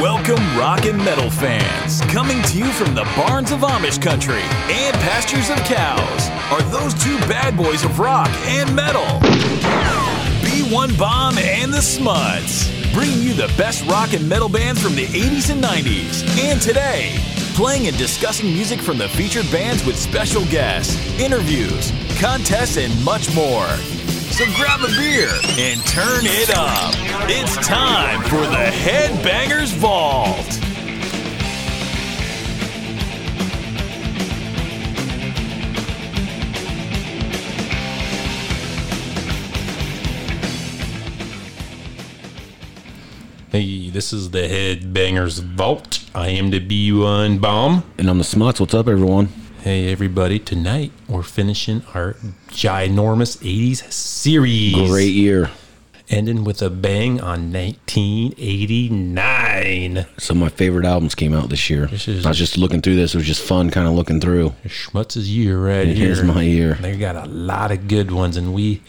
Welcome, rock and metal fans, coming to you from the barns of Amish country and pastures of cows. Are those two bad boys of rock and metal? B1 Bomb and the Smuds, bringing you the best rock and metal bands from the 80s and 90s and today. Playing and discussing music from the featured bands with special guests, interviews, contests, and much more. So grab a beer and turn it up. It's time for the Headbangers Vault. Hey, this is the Headbangers Vault. I am the B1 Bomb. And I'm the Smuts. What's up, everyone? Hey, everybody. Tonight, we're finishing our ginormous 80s series. Great year. Ending with a bang on 1989. Some of my favorite albums came out this year. is- I was just looking through this. It was just fun kind of looking through. Schmutz's year right It here. is my year. They got a lot of good ones, and we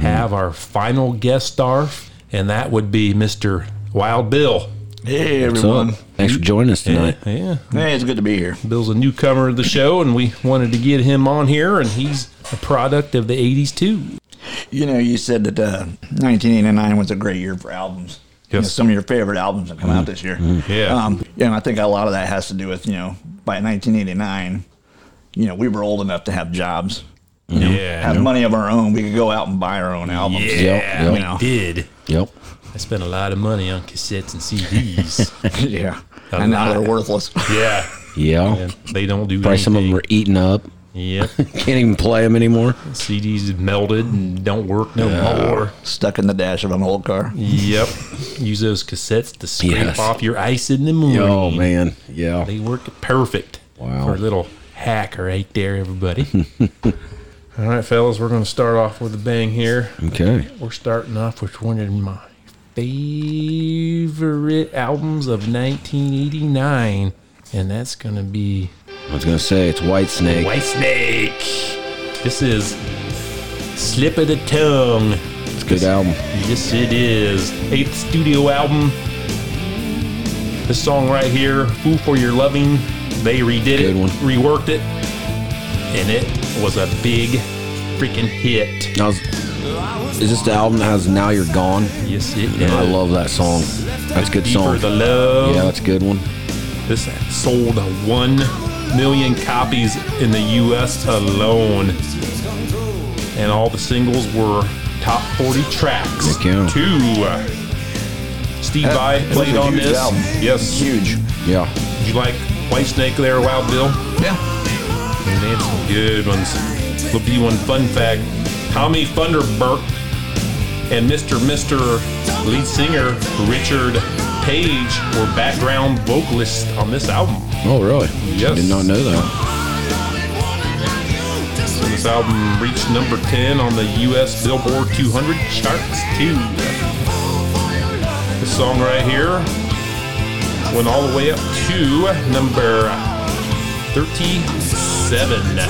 have our final guest star, and that would be Mr. Wild Bill. Hey So, everyone. thanks for joining us tonight. Yeah. Hey, it's good to be here. Bill's a newcomer to the show, and we wanted to get him on here, and he's a product of the 80s, too. You know, you said that uh, 1989 was a great year for albums. You know, Yes. Mm-hmm. some of your favorite albums have come out this year. Yeah. Um, you know, I think a lot of that has to do with, you know, by 1989, you know, we were old enough to have jobs, Yeah. have money of our own. We could go out and buy our own albums. Yeah, Yep, we yep. did. Yep. I spent a lot of money on cassettes and CDs. yeah. And now lot. they're worthless. yeah. Yeah. And they don't do Probably some of them are eating up. Yep. Can't even play them anymore. CDs melted and don't work no more. Stuck in the dash of an old car. Yep. Use those cassettes to scrape Yes. off your ice in the morning. Oh, man. Yeah. They work perfect. Wow. For a little hack right there, everybody. All right, fellas, we're going to start off with a bang here. Okay. We're starting off with one of my favorite albums of 1989, and that's going to be I was going to say it's White Snake. White Snake. This is Slip of the Tongue. It's a good album. Yes, it is. Eighth studio album. This song right here, Fool for Your Loving, they redid it, Good one. reworked it, and it was a big freaking hit. Now, is is this the album that has Now You're Gone? Yes, it is. I love that song. That's a good Deeper song. the Love. Yeah, that's a good one. This sold 1 million copies in the US alone. And all the singles were top 40 tracks. Heck yeah. Two. Steve Vai it was played a on huge this. album. Yes. Huge. Yeah. Did you like White Snake there, Wild Bill? Yeah. And they had some good ones. Will be one fun fact. Tommy Thunderberg and Mr. Mr. lead singer Richard Page were background vocalists on this album. Oh, really? Yes. Did not know that. This album reached number 10 on the US Billboard 200 charts, too. This song right here went all the way up to number 37. Now,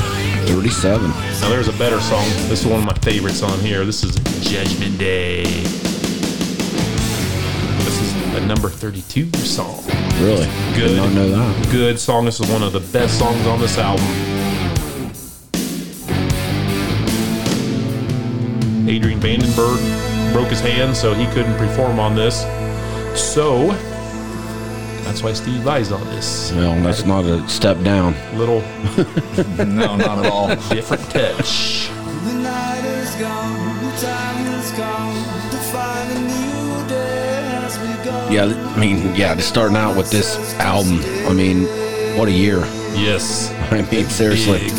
37. there's a better song. This is one of my favorites on here. This is Judgment Day. This is a number 32 song. Really? Good. Did not know that. Good song. This is one of the best songs on this album. Adrian Vandenberg broke his hand, so he couldn't perform on this. So that's why Steve Vai's on this. Well, that's not a step down. Little No, not at all. different touch. The night is gone, the time is gone, to find a new day has begun. Yeah, I mean, yeah, just starting out with this album. I mean, what a year. Yes. I mean, seriously. Big.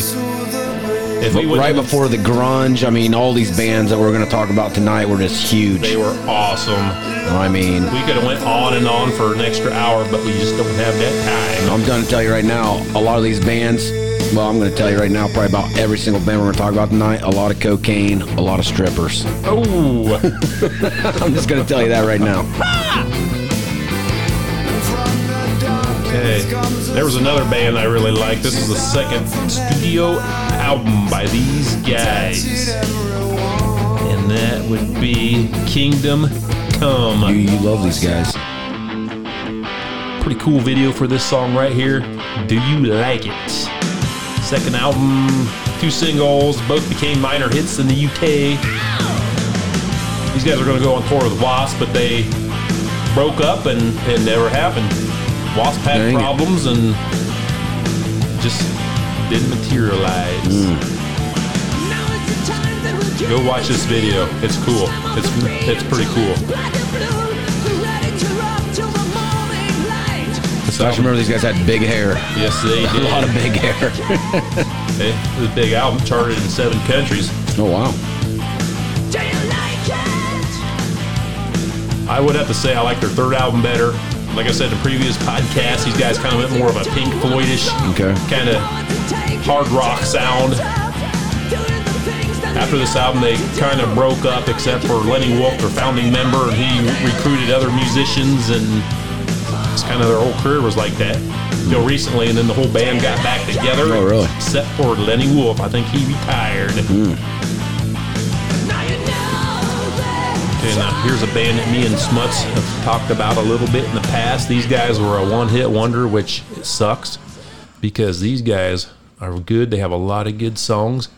If we But right wouldn't- before the grunge, I mean, all these bands that we're going to talk about tonight were just they huge. were awesome. I mean, We could have went on and on for an extra hour, but we just don't have that time. I'm going to tell you right now, a lot of these bands, well, I'm going to tell you right now, probably about every single band we're going to talk about tonight, a lot of cocaine, a lot of strippers. Oh. I'm just going to tell you that right now. Okay. There was another band I really liked. This is the second studio album by these guys. And that would be Kingdom You, Come. you love these guys. Pretty cool video for this song right here. Do you like it? Second album, two singles, both became minor hits in the UK. These guys are going to go on tour with Wasp, but they broke up and it never happened. Wasp had Dang it. problems and just didn't materialize. Mm. Go watch this video. It's cool. It's it's pretty cool. This I just album- remember these guys had big hair. Yes, they A did. lot of big hair. Hey, this is a big album charted in seven countries. oh, wow. I would have to say I like their third album better. Like I said in the previous podcast, these guys kind of went more of a Pink Floydish Okay. kind of. Hard rock sound. After this album, they kind of broke up, except for Lenny Wolf, their founding member, and he recruited other musicians, and it's kind of their whole career was like that. Until recently, and then the whole band got back together. Oh, really? Except for Lenny Wolf, I think he retired. And uh, here's a band that me and Smuts have talked about a little bit in the past. These guys were a one hit wonder, which sucks because these guys are good. They have a lot of good songs.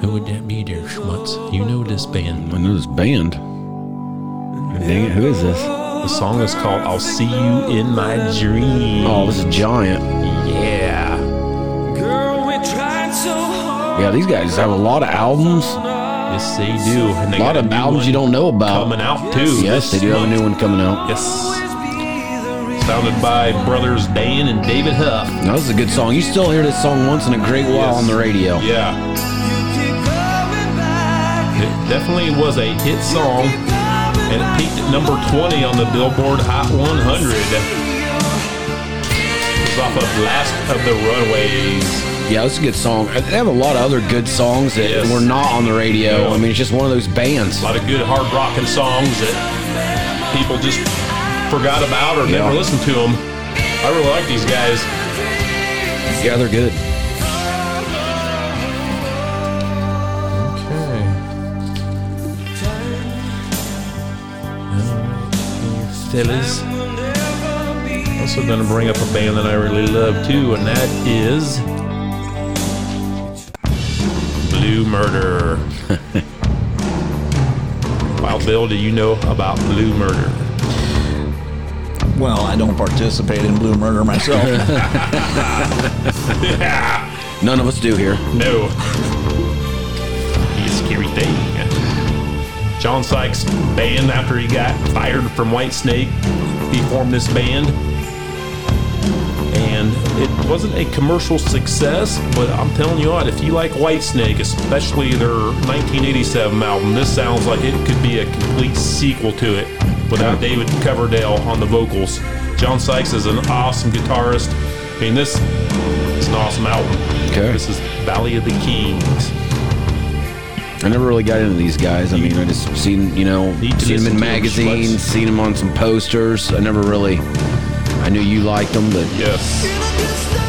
Who would that be there, Schmutz? You know this band. I know this band. Dang it, who is this? The song is called I'll See You in My Dream. Oh, this is Giant. yeah. Girl, we tried so hard. Yeah, these guys have a lot of albums. Yes, they do. And they A lot got of new albums you one don't know about. coming out too. Yes, they this do have a month. new one coming out. Yes. Founded by brothers Dan and David Huff. Now, this is a good song. You still hear this song once in a great while on the radio. Yeah, You keep coming back. it definitely was a hit song Keep coming and it back. peaked at number 20 on the Billboard Hot 100. It was off of Last of the Runaways. Yeah, it's a good song. They have a lot of other good songs that Yes. were not on the radio. Yeah. I mean, it's just one of those bands. A lot of good hard rocking songs that people just forgot about or never Yeah. listened to them. I really like these guys. Yeah, they're good. Fellas. Also gonna bring up a band that I really love too, and that is Blue Murder. Wild Bill, do you know about Blue Murder? Well, I don't participate in Blue Murder myself. None of us do here. No. Be a scary thing. John Sykes' band, after he got fired from Whitesnake, he formed this band. And it wasn't a commercial success, but I'm telling you what, if you like Whitesnake, especially their 1987 album, this sounds like it could be a complete sequel to it without David Coverdale on the vocals. John Sykes is an awesome guitarist. I mean, this is an awesome album. Okay. This is Valley of the Kings. I never really got into these guys. I mean, I just seen, you know, Need to seen them listen to in 'em, magazines, schmutz. seen them on some posters. I never really, I knew you liked them, but Yes.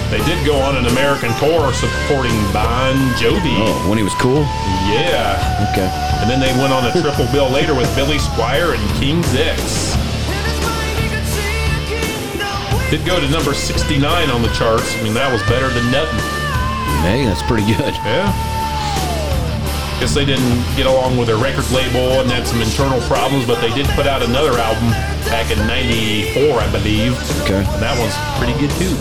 They did go on an American tour supporting Bon Jovi. oh, when he was cool. Yeah. Okay. And then they went on a triple bill later with Billy Squire and King's X. Did go to number 69 on the charts. I mean, that was better than nothing. Hey, that's pretty good. Yeah. Guess they didn't get along with their record label and had some internal problems, but they did put out another album back in 94, I believe. Okay. And that one's pretty good too.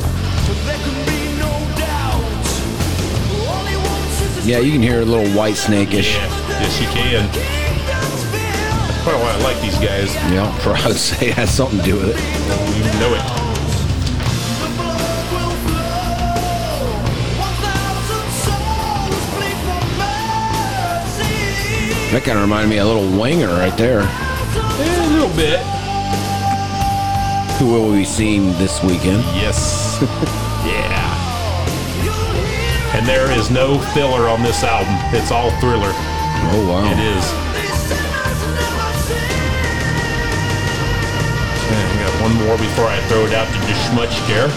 Yeah, you can hear a little white snake ish. Yeah. Yes, you can. That's probably why I like these guys. Yeah, for I would say it has something to do with it. You know it. That kind of reminded me of a little winger right there. Eh, a little bit. Who will we be seeing this weekend? Yes. yeah. And there is no filler on this album. It's all thriller. Oh wow. It is. I got one more before I throw it out to the schmutz there.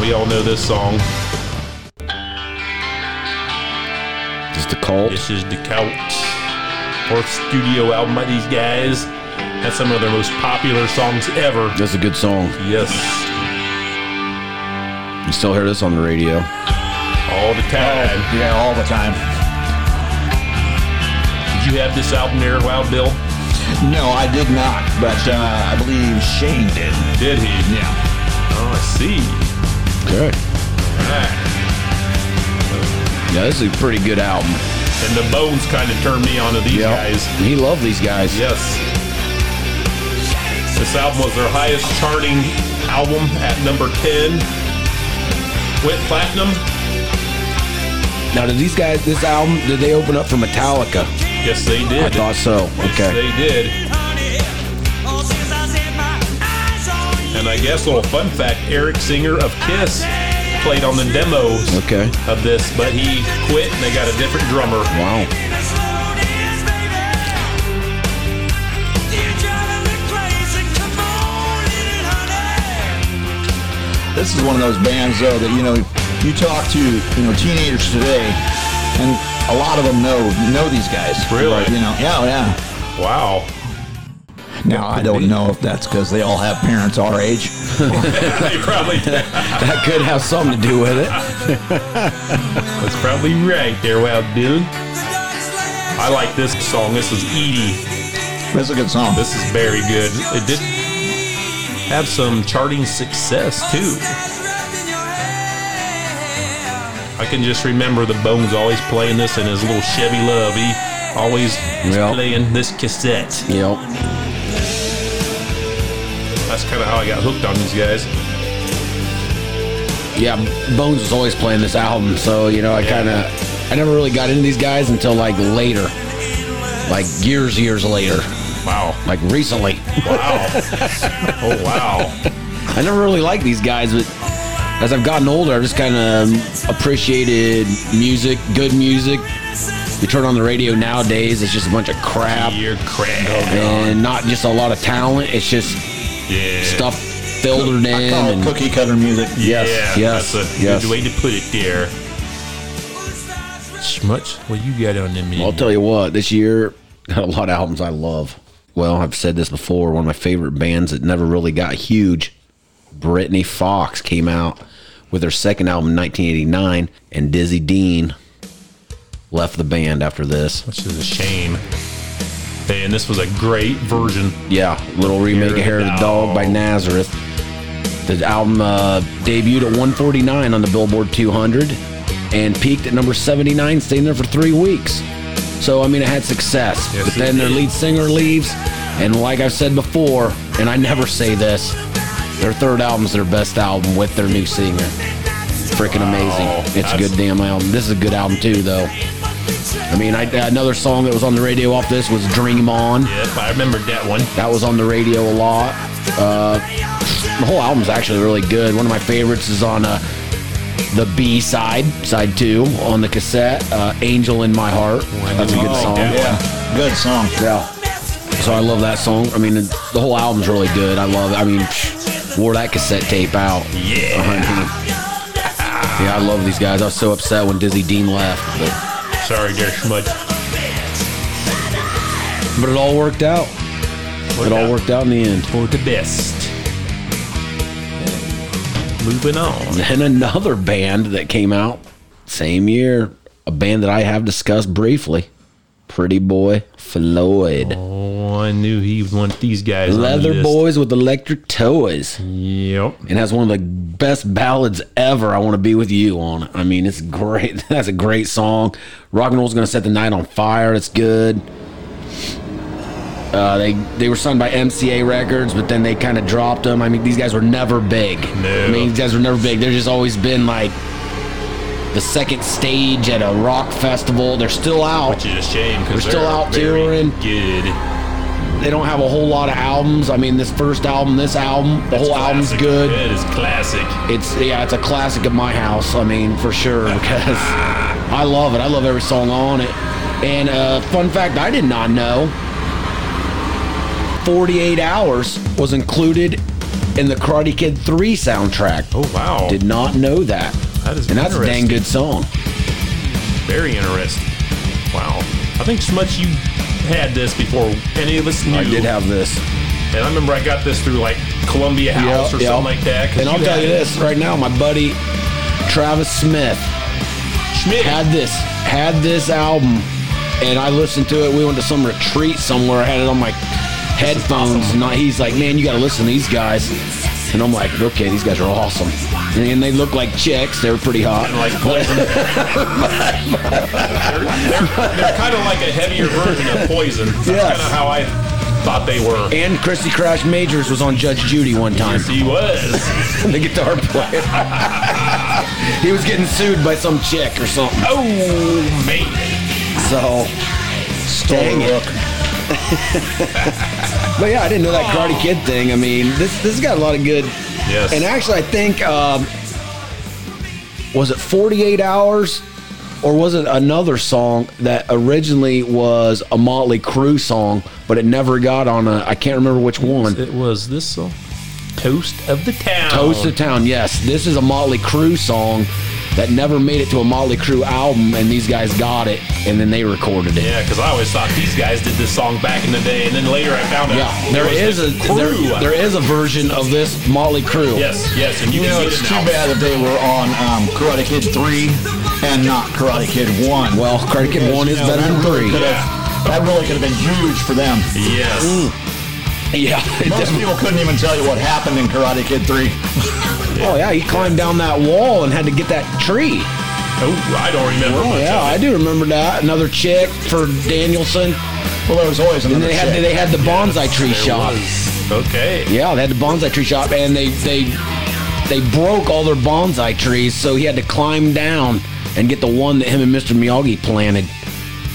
We all know this song. Just a cult. This is the couch. or studio album by these guys. That's some of their most popular songs ever. That's a good song. Yes, You still hear this on the radio. all the time. Yeah, all the time. Did you have this album there, Wild Bill? No, I did not, but uh, I believe Shane did. Did he? Yeah. Oh, I see. Good. Alright. Yeah, this is a pretty good album. And the Bones kind of turned me on to these guys. He loved these guys. Yes. This album was their highest charting album at number 10. Went platinum? Now, did these guys, this album, did they open up for Metallica? Yes, they I did. thought so. Yes, Okay. they did. And I guess a little fun fact Eric Singer of Kiss played on the demos Okay. of this, but he quit and they got a different drummer. Wow. This is one of those bands, though, that, you know, you talk to, you know, teenagers today, and a lot of them know know these guys. Really? You know, yeah, yeah. Wow. Now, I don't know if that's because they all have parents our age. they probably, that's That could have something to do with it. probably right there, Wild Bill. I like this song. This is Edie. That's a good song. This is very good. It did have some charting success too. I can just remember the Bones always playing this in his little Chevy Love. He always was Yeah. playing this cassette. Yep. That's kind of how I got hooked on these guys. Yeah, Bones was always playing this album, so, you know, I kind of, I never really got into these guys until like later. Like years, years later. Wow! Like recently. Wow! oh wow! I never really liked these guys, but as I've gotten older, I've just kind of appreciated music, good music. You turn on the radio nowadays, it's just a bunch of crap Dear crap! and not just a lot of talent. It's just Yeah. stuff filtered in. I call it And, cookie cutter music. yeah, yes, That's a yes. good way to put it there. Schmutz, what you got on them? I'll tell you what, this year got a lot of albums I love. Well, I've said this before. One of my favorite bands that never really got huge, Brittany Fox, came out with her second album in 1989, and Dizzy Dean left the band after this. which is a shame. And this was a great version. Yeah, little remake of Hair of the Dog by Nazareth. The album uh, debuted at 149 on the Billboard 200 and peaked at number 79, staying there for three weeks. So, I mean, it had success. Yes, but it then their did. lead singer leaves, and like I've said before, and I never say this, their third album's their best album with their new singer. Freaking Wow, amazing. It's a that's- good damn album. This is a good album, too, though. I mean, I, another song that was on the radio off this was Dream On. Yep, I remembered that one. That was on the radio a lot. Uh, the whole album's actually really good. One of my favorites is on uh, the B side, side two, on the cassette, uh, "Angel in My Heart." That's a good Oh, song. yeah. Yeah. Good song. Yeah. So I love that song. I mean, the the whole album's really good. I love. it. I mean, psh, wore that cassette tape out. Yeah. I mean, yeah, I love these guys. I was so upset when Dizzy Dean left, but, Sorry, dear Schmutz. but it all worked out. It all worked out in the end. for the best. Moving on. Then another band that came out same year, a band that I have discussed briefly, Pretty Boy Floyd, Oh, I knew he was one of these guys. on the Leather list. Boys with Electric Toys, Yep. and has one of the best ballads ever. I want to be with you on it. I mean, it's great. That's a great song. Rock and roll's gonna set the night on fire. It's good. Uh, they they were signed by MCA Records, but then they kind of dropped them. I mean, these guys were never big. No. I mean, these guys were never big. They've just always been like the second stage at a rock festival. They're still out. Which is a shame because We're still out touring. Good. They don't have a whole lot of albums. I mean, this first album, this album, the whole album's Classic. good. That is classic. It's yeah, it's a classic at my house. I mean, for sure because I love it. I love every song on it. And uh, fun fact, I did not know. 48 Hours was included in the Karate Kid 3 soundtrack. Oh wow. Did not know that. That is and that's a dang interesting. good song. Very interesting. Wow. I think Smuts, you had this before any of us knew. I did have this. and I remember I got this through like Columbia House or Yeah, yeah. something like that. 'cause And I'll tell had you it. this right now, my buddy Travis Smith Schmidt. had this had this album, and I listened to it. We went to some retreat somewhere. I had it on my headphones, and I, he's like, "Man, you got to listen to these guys." And I'm like, "Okay, these guys are awesome." And they look like chicks. They were pretty hot. and like poison. they're kind of like a heavier version of poison. That's Yes. kind of how I thought they were. And Christy Crash Majors was on Judge Judy one time, Yes, he was. the guitar player. he was getting sued by some chick or something. Oh, man. So, dang it. but yeah, I didn't know that Karate Kid thing. I mean, this this has got a lot of good. Yes. And actually, I think um, was it 48 hours, or was it another song that originally was a Motley Crue song, but it never got on a. I can't remember which one. It was this song. Toast of the Town. Toast to Town. Yes, this is a Motley Crue song that never made it to a Motley Crue album, and these guys got it, and then they recorded it. Yeah, because I always thought these guys did this song back in the day, and then later I found out. Yeah, there it was is a the crew. there, there is a version of this Motley Crue. yes, yes, and you, You can know, get it's it too now. bad that they were on um, Karate Kid 3 and not Karate Kid 1. Well, Karate Kid Because, 1 you is know, better that than 3. really could've- That really could have been huge for them. Yes. Mm. Yeah. it Most definitely- people couldn't even tell you what happened in Karate Kid 3. Oh, yeah, he climbed down that wall and had to get that tree. Oh, I don't remember Oh, much yeah, of I it. do remember that. Another chick for Danielson. Well, there was always And another they had, chick. they had the bonsai tree There shop. was. Okay. Yeah, they had the bonsai tree shop, and they, they, they broke all their bonsai trees, so he had to climb down and get the one that him and Mr. Miyagi planted.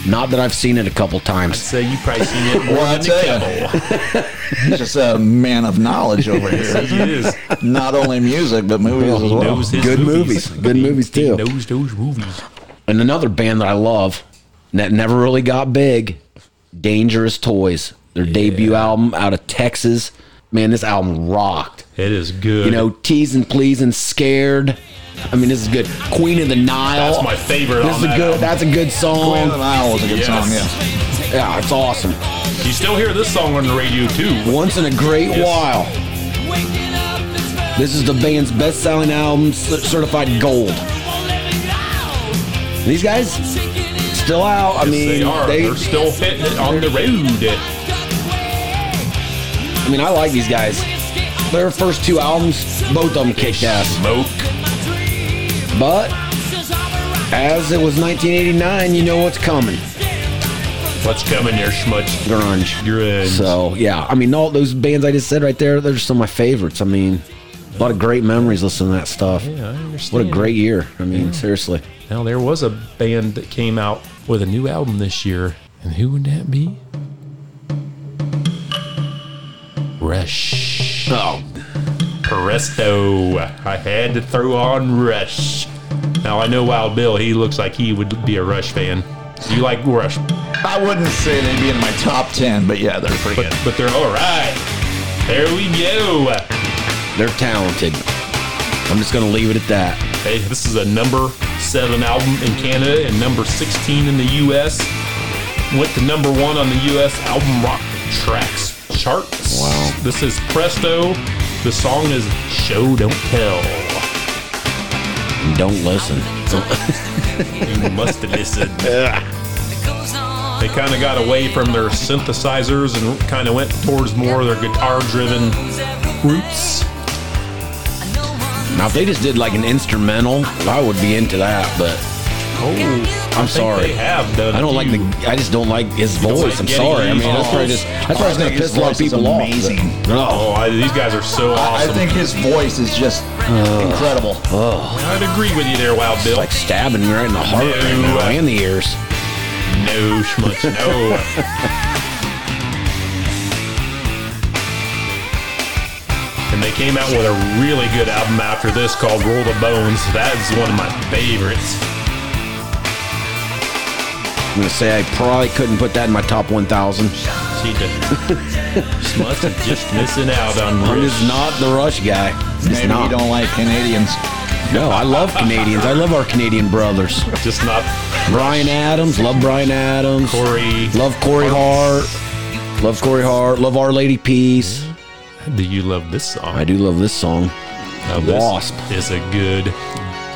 Not that I've seen it a couple times. So you probably seen it more Well, I than tell ya. the couple. He's just a man of knowledge over here. He is. Not only music, but movies as well. Knows his Oh, Good movies. Good He- movies, he too. knows those movies. and another band that I love that never really got big, Dangerous Toys. Their debut album out of Texas. Man, this album rocked. It is good. You know, teasing, pleasing, scared. I mean, this is good. Queen of the Nile. That's my favorite This on is a that good. album. That's a good Queen of the song. Nile was a good Yes. song, yes. Yeah, it's awesome. you still hear this song on the radio too. Once in a great Yes. while. This is the band's best-selling album, cer- certified gold. These guys still out. I mean, they are. They, are still hitting it on the road. I mean, I like these guys. Their first two albums, both of them kicked ass. Smoke. But as it was 1989, you know what's coming What's coming there, Schmutz? grunge. Grunge. So, yeah, I mean, all those bands I just said right there, they're some of my favorites. I mean, a lot of great memories listening to that stuff. I What understand. a great year. I mean, seriously. Now there was a band that came out with a new album this year, and who would that be? Rush. Oh, Presto. I had to throw on Rush. Now I know Wild Bill. He looks like he would be a Rush fan. You like Rush, I wouldn't say they'd be in my top 10, but yeah, they're pretty but good. but they're all right. There we go. they're talented. I'm just going to leave it at that. Hey, this is a number seven album in Canada and number 16 in the U.S. Went to number one on the U.S. album rock tracks charts. Wow. This is Presto. The song is Show Don't Tell. And don't listen. You must listen. They kind of got away from their synthesizers and kind of went towards more of their guitar-driven roots. Now, if they just did like an instrumental, I would be into that, but Oh, I'm sorry. They have done. I don't like the. few. I just don't like his don't voice. like I'm getting sorry. I mean, used. that's probably just. That's Oh, probably I gonna think his piss a lot of voice is people off. amazing. but- No, Oh, I, these guys are so I awesome. I think his voice is just incredible. would agree with you there, Wild Bill. like stabbing me right in the heart No. right now and the ears. No, schmutz, no. and they came out with a really good album after this called Roll the Bones. That is one of my favorites. I'm gonna say I probably couldn't put that in my top 1,000. She just, schmutz is just missing out on I'm Rush. just not the Rush guy. Just Maybe not. you don't like Canadians. No, I love Canadians. I love our Canadian brothers. Just not Brian Adams, love Brian Adams. Corey. Love Corey Hart. Love Corey Hart. Love Our Lady Peace. Do you love this song? I do love this song. Now, this Wasp. is a good,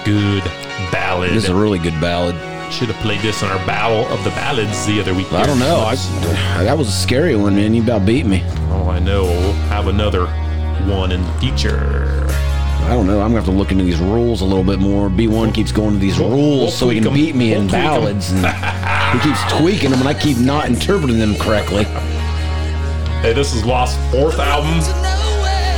good ballad. This is a really good ballad. Should have played this on our Battle of the Ballads the other week. I don't know. I, that was a scary one, man. You about beat me. oh, I know. We'll have another one in the future. I don't know. I'm gonna have to look into these rules a little bit more. B1 keeps going to these rules we'll so he tweak can 'em. beat me in We'll tweak 'em. ballads, and he keeps tweaking them, and I keep not interpreting them correctly. Hey, this is Lost fourth album.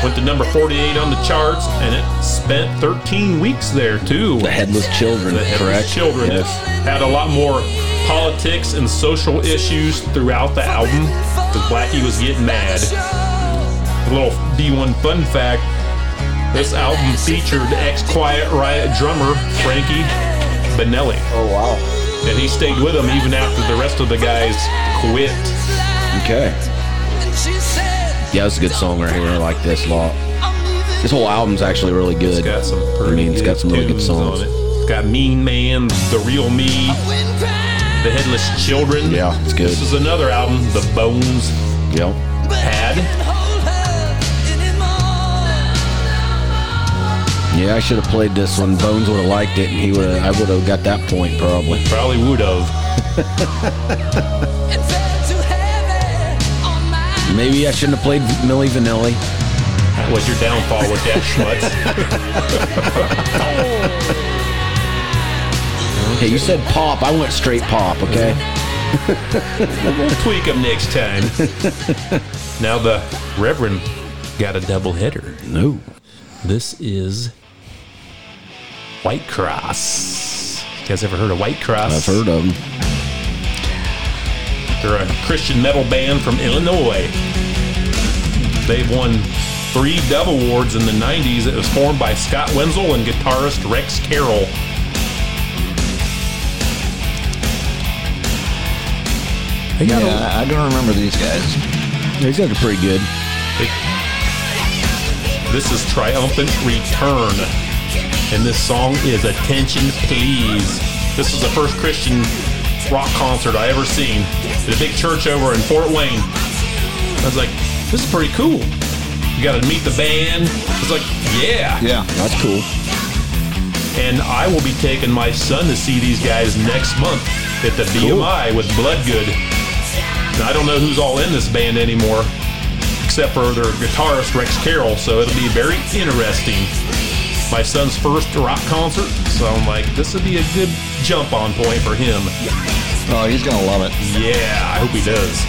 Went to number 48 on the charts, and it spent 13 weeks there too. The headless children, The Headless correct? Children Yes. had a lot more politics and social issues throughout the album because Blackie was getting mad. A little D1 fun fact this album featured ex Quiet Riot drummer Frankie Benelli. Oh, wow. And he stayed with him even after the rest of the guys quit. Okay. Yeah, it's a good song right here. I like this a lot. This whole album's actually really It's good. got some pretty I mean, it's got some really good tunes songs. on it. It's got Mean Man, The Real Me, The Headless Children. Yeah, it's good. This is another album, The Bones Yep. Had. Yeah, I should have played this one. Bones would have liked it, and he would. I would have got that point probably. Probably would have. Maybe I shouldn't have played Millie Vanilli. That was your downfall with that schmutz. Hey, you said pop. I went straight pop. Okay. We'll tweak them next time. now the Reverend Got a double header. No. This is White Cross. You guys ever heard of White Cross? I've heard of them. They're a Christian metal band from Illinois. They've won three Dove Awards in the 90s. It was formed by Scott Wenzel and guitarist Rex Carroll. They got a- Yeah, I don't remember these guys. These guys are pretty good. This is Triumphant Return. And this song is Attention Please. This is the first Christian rock concert I ever seen at a big church over in Fort Wayne. I was like, this is pretty cool. You got to meet the band. It's like, yeah. Yeah. That's cool. And I will be taking my son to see these guys next month at the BMI with Bloodgood. And I don't know who's all in this band anymore, except for their guitarist Rex Carroll. So it'll be very interesting. My son's first rock concert, so I'm like, this would be a good jump on point for him. Oh, he's gonna love it. Yeah, I hope he does.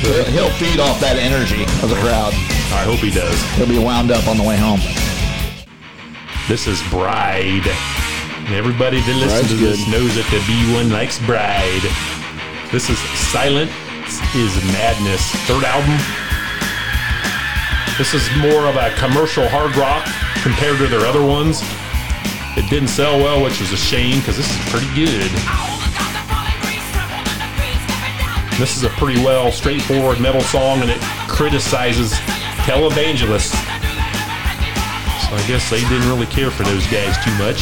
He'll- He'll feed off that energy of the crowd. I hope he does. He'll be wound up on the way home. This is Bride. And everybody that listens Bride's to this good. knows that the B1 likes Bride. This is Silent is Madness, third album. This is more of a commercial hard rock compared to their other ones. It didn't sell well, which was a shame because this is pretty good. This is a pretty well straightforward metal song and it criticizes televangelists. So I guess they didn't really care for those guys too much.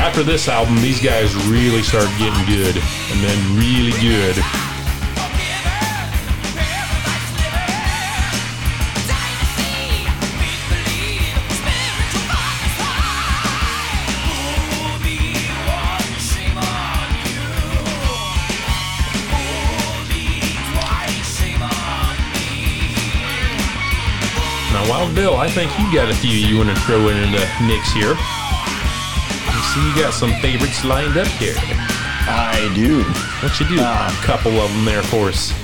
After this album, these guys really started getting good and then really good. Now, Wild Bill, I think you got a few you want to throw in, in the mix here. I see you got some favorites lined up here. I do. What you do? Ah. a couple of them there for us.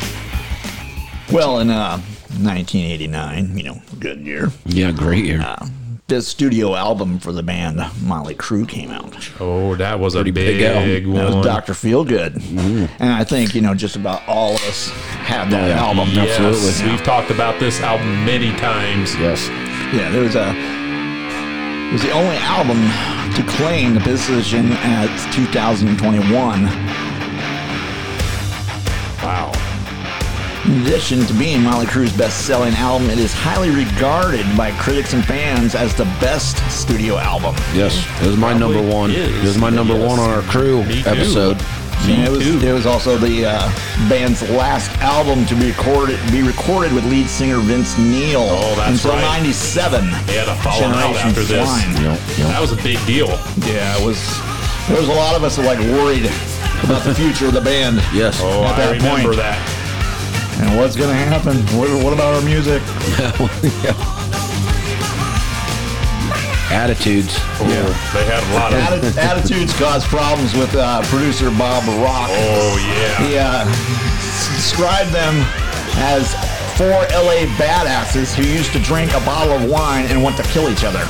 Well, in uh, 1989, you know, good year, Yeah, great year. the studio album for the band Motley Crue came out. Oh, that was a big, big album. one. That was Dr. Feelgood. And I think, you know, just about all of us have that Mm-hmm. Yeah. album. Yeah. Yes, Absolutely. We've talked about this album many times. Yes. Yeah, there was a. It was the only album to claim the position at 2021. Wow. In addition to being Molly Crew's best-selling album, it is highly regarded by critics and fans as the best studio album. Yes, it was my number one. It is. was my number Yes. one on our crew Me too. episode. And it was too. it was also the uh, band's last album to be recorded be recorded with lead singer Vince Neil Oh, that's until right. '97. They had a falling out after this. Yep, yep. That was a big deal. Yeah, it was. There was a lot of us like worried about the future of the band Yes. Oh, At I that remember point. that. and what's going to happen. What, what about our music? Attitudes. They had a lot of. Atti- attitudes caused problems with uh, producer Bob Rock. Oh yeah. He uh, described them as four LA badasses who used to drink a bottle of wine and want to kill each other.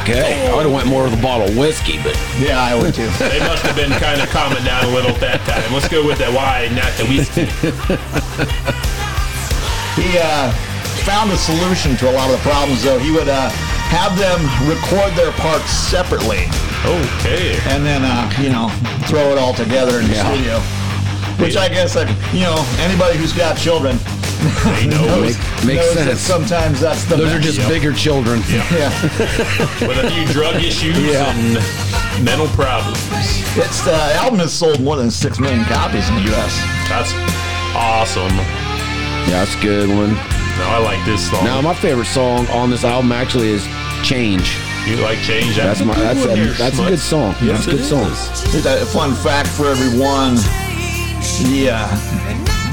Okay. I would have went more with a bottle of whiskey, but Yeah, I would too. They must have been kind of calming down a little at that time. Let's go with the wine, not the whiskey. he uh, found a solution to a lot of the problems, though. He would uh, have them record their parts separately Okay. and then, uh, you know, throw it all together in the studio. Which I guess, like, you know, anybody who's got children They know. Make- makes knows that sense. sometimes that's the those are best. just bigger children. Yeah. with a few drug issues Yeah. and mental problems. It's uh, the album has sold more than six million copies in the U.S. That's awesome. Yeah, that's a good one. No, I like this song. Now, my favorite song on this album actually is "Change." you like change? That's my. That's a. That's a good song. That's a good song. Here's a fun fact for everyone: the uh,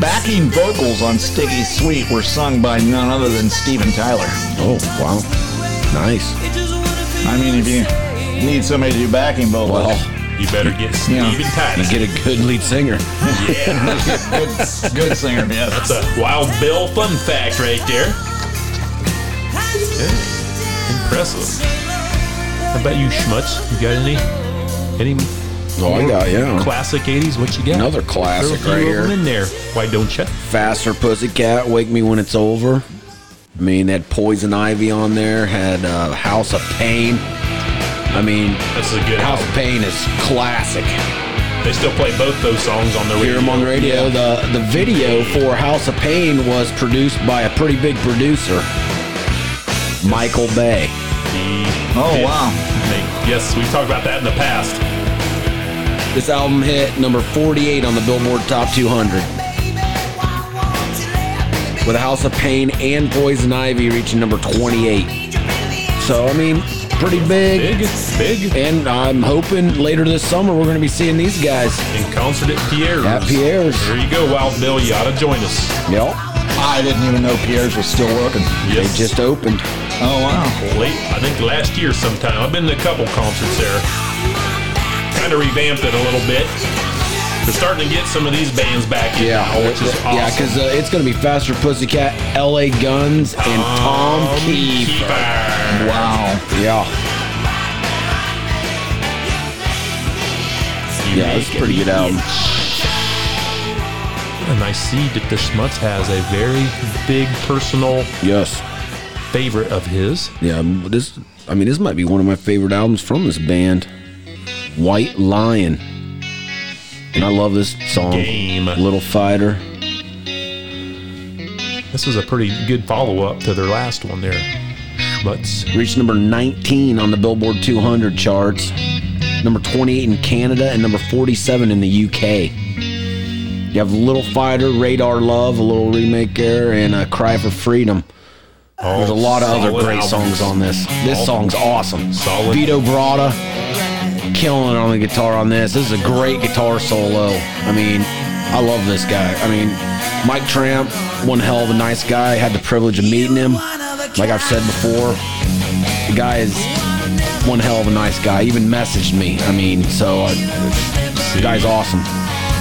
backing vocals on "Sticky Sweet" were sung by none other than Steven Tyler. Oh wow, nice. I mean, if you need somebody to do backing vocals, Well, You better get Yeah. Steven Tyler. you get a good lead singer. good, good singer, yeah. That's a Wild Bill fun fact right there. Impressive. How about you, Schmutz? You got any? Any Oh, I got yeah. Classic 80s, what you got? Another classic Throw a right few of here. them in there. Why don't you? Faster Pussycat, Wake Me When It's Over. I mean, that Poison Ivy on there, had uh, House of Pain. I mean, That's a good House album. of Pain is classic. They still play both those songs on the radio. Hear 'em on the radio. The, the video for House of Pain was produced by a pretty big producer, Michael Bay. Oh, Yeah. wow. They- yes, we've talked about that in the past. This album hit number 48 on the Billboard Top 200, with House of Pain and Poison Ivy reaching number 28. So, I mean, pretty big. Big, big, And I'm hoping later this summer we're going to be seeing these guys. in concert at Pierre's. At Pierre's. There you go, Wild Bill. You ought to join us. Yep. I didn't even know Pierre's was still working. They Yes. just opened. Oh wow. late, I think last year sometime. I've been to a couple concerts there. Kind of revamped it a little bit. They're starting to get some of these bands back in, Yeah. now, which is Oh, awesome. Yeah, because uh, it's going to be Faster Pussycat, LA Guns, and Tom Um, Keefe. Kiefer. Wow. Yeah. Yeah, it's a pretty good album. And I see that the Schmutz has a very big personal Yes. favorite of his. Yeah. um, This. I mean, this might be one of my favorite albums from this band, White Lion. And I love this song, Game. Little Fighter. This is a pretty good follow up to their last one there. Schmutz. reached number 19 on the Billboard 200 charts, number 28 in Canada, and number 47 in the UK. You have Little Fighter, Radar Love, a little remake there, and uh, Cry for Freedom. There's a lot of other solid great albums. songs on this. This All- song's awesome. Solid. Vito Brada, killing it on the guitar on this. This is a great guitar solo. I mean, I love this guy. I mean, Mike Tramp, one hell of a nice guy. Had the privilege of meeting him. Like I've said before, the guy is one hell of a nice guy. Even messaged me. I mean, so uh, the guy's awesome.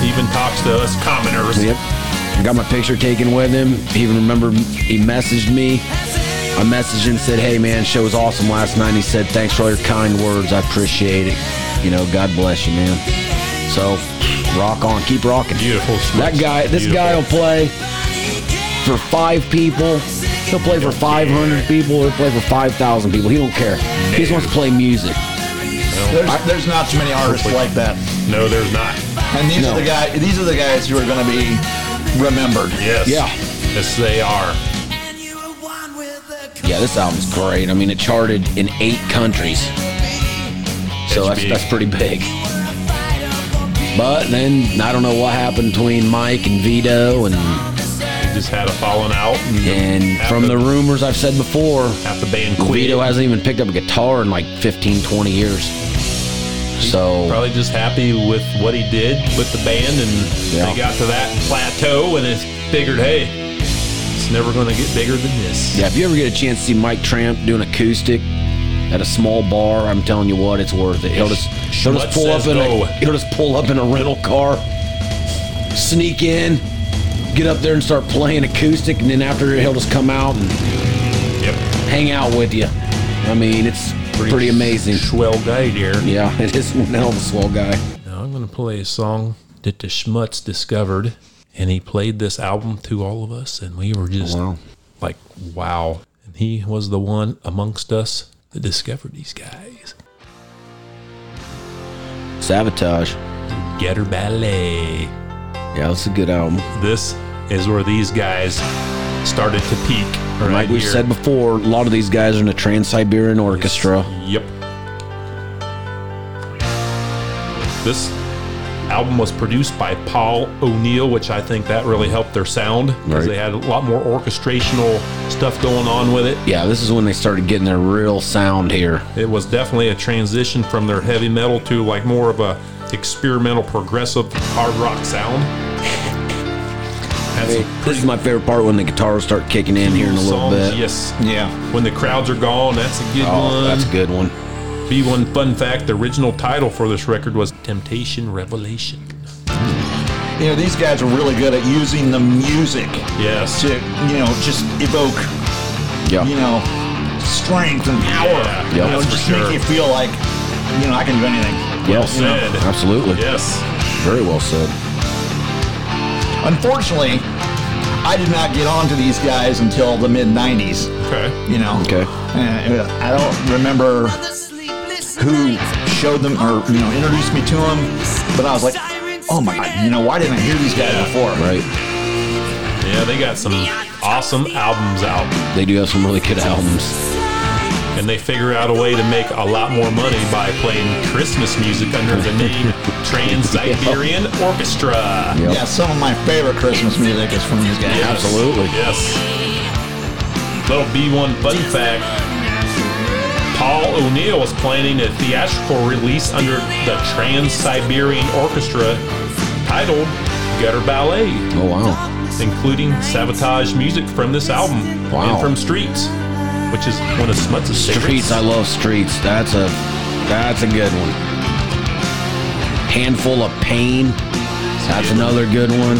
Even talks to us commoners. Yep. I got my picture taken with him. He even remembered he messaged me. I messaged him and said, Hey man, show was awesome last night. He said, Thanks for all your kind words. I appreciate it. You know, God bless you, man. So rock on. Keep rocking. Beautiful. That guy this guy will play for five people. He'll play for five hundred people, he'll play for five thousand people. He don't care. He just wants to play music. There's, there's not too many artists like that. No, there's not. And these No. are the guy. These are the guys who are going to be remembered. Yes. Yeah. Yes, they are. Yeah, this album's great. I mean, it charted in eight countries, so that's big. that's pretty big. But then I don't know what happened between Mike and Vito, and They just had a falling out, and, and half from the, the rumors I've said before, half the band quit. Vito hasn't even picked up a guitar in like 15, 20 years. So Probably just happy with what he did with the band, and Yeah. they got to that plateau, and it's figured, hey, it's never going to get bigger than this. yeah, if you ever get a chance to see Mike Tramp do an acoustic at a small bar, I'm telling you what, it's worth it. He'll just he'll Schmutz just pull up says in no. a he'll just pull up in a rental car, sneak in, get up there and start playing acoustic, and then after he'll just come out and Yep. hang out with you. I mean, it's pretty, amazing. Swell guy there. Yeah, it is one hell of a swell guy. Now I'm going to play a song that the Schmutz discovered, and he played this album to all of us, and we were just Oh, Wow. like, wow. And he was the one amongst us that discovered these guys. Sabotage. Getter Ballet. Yeah, it's a good album. This is where these guys started to peak. Right like we've here. said before, a lot of these guys are in a Trans Siberian Orchestra. Yep. This album was produced by Paul O'Neill, which I think that really helped their sound because Right. they had a lot more orchestrational stuff going on with it. Yeah, this is when they started getting their real sound here. It was definitely a transition from their heavy metal to like more of a experimental progressive hard rock sound. That's some This is my favorite part when the guitars start kicking in here in a little songs. bit. Yes. Yeah. When the crowds are gone, that's a good one. Oh, that's a good one. B1 fun fact, the original title for this record was Temptation Revelation. You know, these guys were really good at using the music Yes. to, you know, just evoke, Yeah. you know, strength and power. Yeah, you know, that's for just sure. make you feel like, you know, I can do anything. well said. Absolutely. Yes. Very well said. Unfortunately, I did not get onto these guys until the mid 90s, Okay. you know. Okay. And, uh, I don't remember who showed them or, you know, introduced me to them, but I was like, oh my God, you know, why didn't I hear these guys Yeah. before? Right. Yeah, they got some awesome albums out, They do have some really good albums. and they figure out a way to make a lot more money by playing Christmas music under the name Trans Siberian Orchestra. Yep. Yeah, some of my favorite Christmas music is from these guys. Yes. Absolutely. Yes. Little B1 fun fact. Paul O'Neill was planning a theatrical release under the Trans Siberian Orchestra titled Gutter Ballet, Oh wow. including sabotage music from this album Wow. and from Streets, which is one of Smuts' Streets, favorites. I love streets. That's a that's a good one. Handful of pain. That's another good one.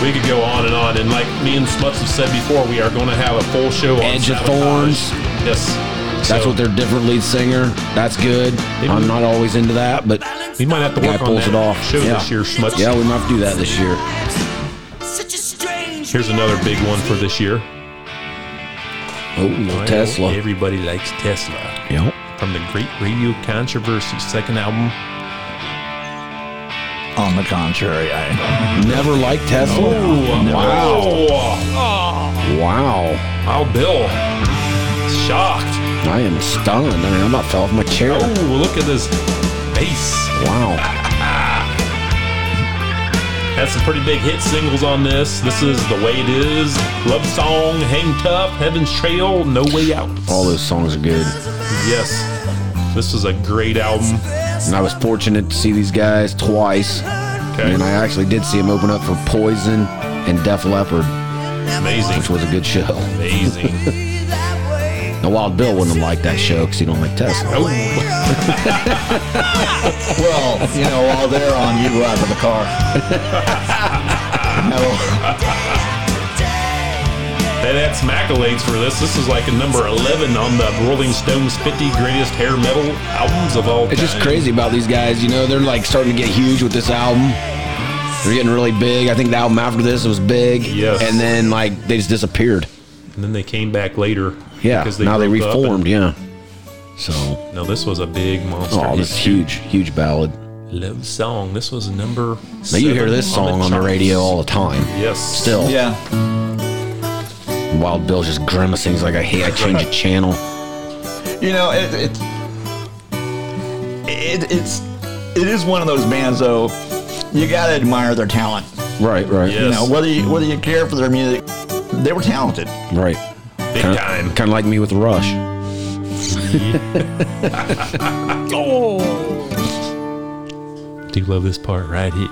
We could go on and on, and like me and Smuts have said before, we are going to have a full show on Edge of Sabotage. Thorns. Yes, That's what their different lead singer. That's good. I'm not always into that, but We might have to guy work on pulls that it off. show yeah. this year, Smuts. Yeah, we might have to do that this year. Here's another big one for this year. Oh, little I know Tesla. Everybody likes Tesla. Yep. From the Great Radio Controversy second album. On the contrary, I Never liked Tesla. wow. Wow. Wow, Bill. Shocked. I am stunned. I mean, I about fell off my chair. Oh, look at this bass. Wow. Had some pretty big hit singles on this. This is The Way It Is, Love Song, Hang Tough, Heaven's Trail, No Way Out. All those songs are good. Yes. This is a great album. And I was fortunate to see these guys twice. Okay. And I actually did see them open up for Poison and Def Leppard, Amazing. which was a good show. Amazing. Now, Wild Bill wouldn't have liked that show because he don't like Tesla. oh, well, you know, while they're on, you go out to the car. no, that had some accolades for this. This is like a number 11 on the Rolling Stones 50 Greatest Hair Metal Albums of All Time. It's just crazy about these guys. You know, they're like starting to get huge with this album. They're getting really big. I think the album after this was big. Yes. And then like they just disappeared. And then they came back later. Yeah. now they broke up reformed. Yeah. So and- no, this was a big monster. oh, this is hit. huge, huge ballad. Love song. This was number. Now you hear seven this song on the charts. radio all the time. Yes. Still, Yeah. Wild Bill's just grimacing. He's like, "Hey, I changed a channel." You know, it, it, it it's it is one of those bands though. You gotta admire their talent. Right, right, You Yes. know, whether you whether you care for their music, they were talented. right. Big Kinda- time. Kind of like me with Rush. do love this part right here.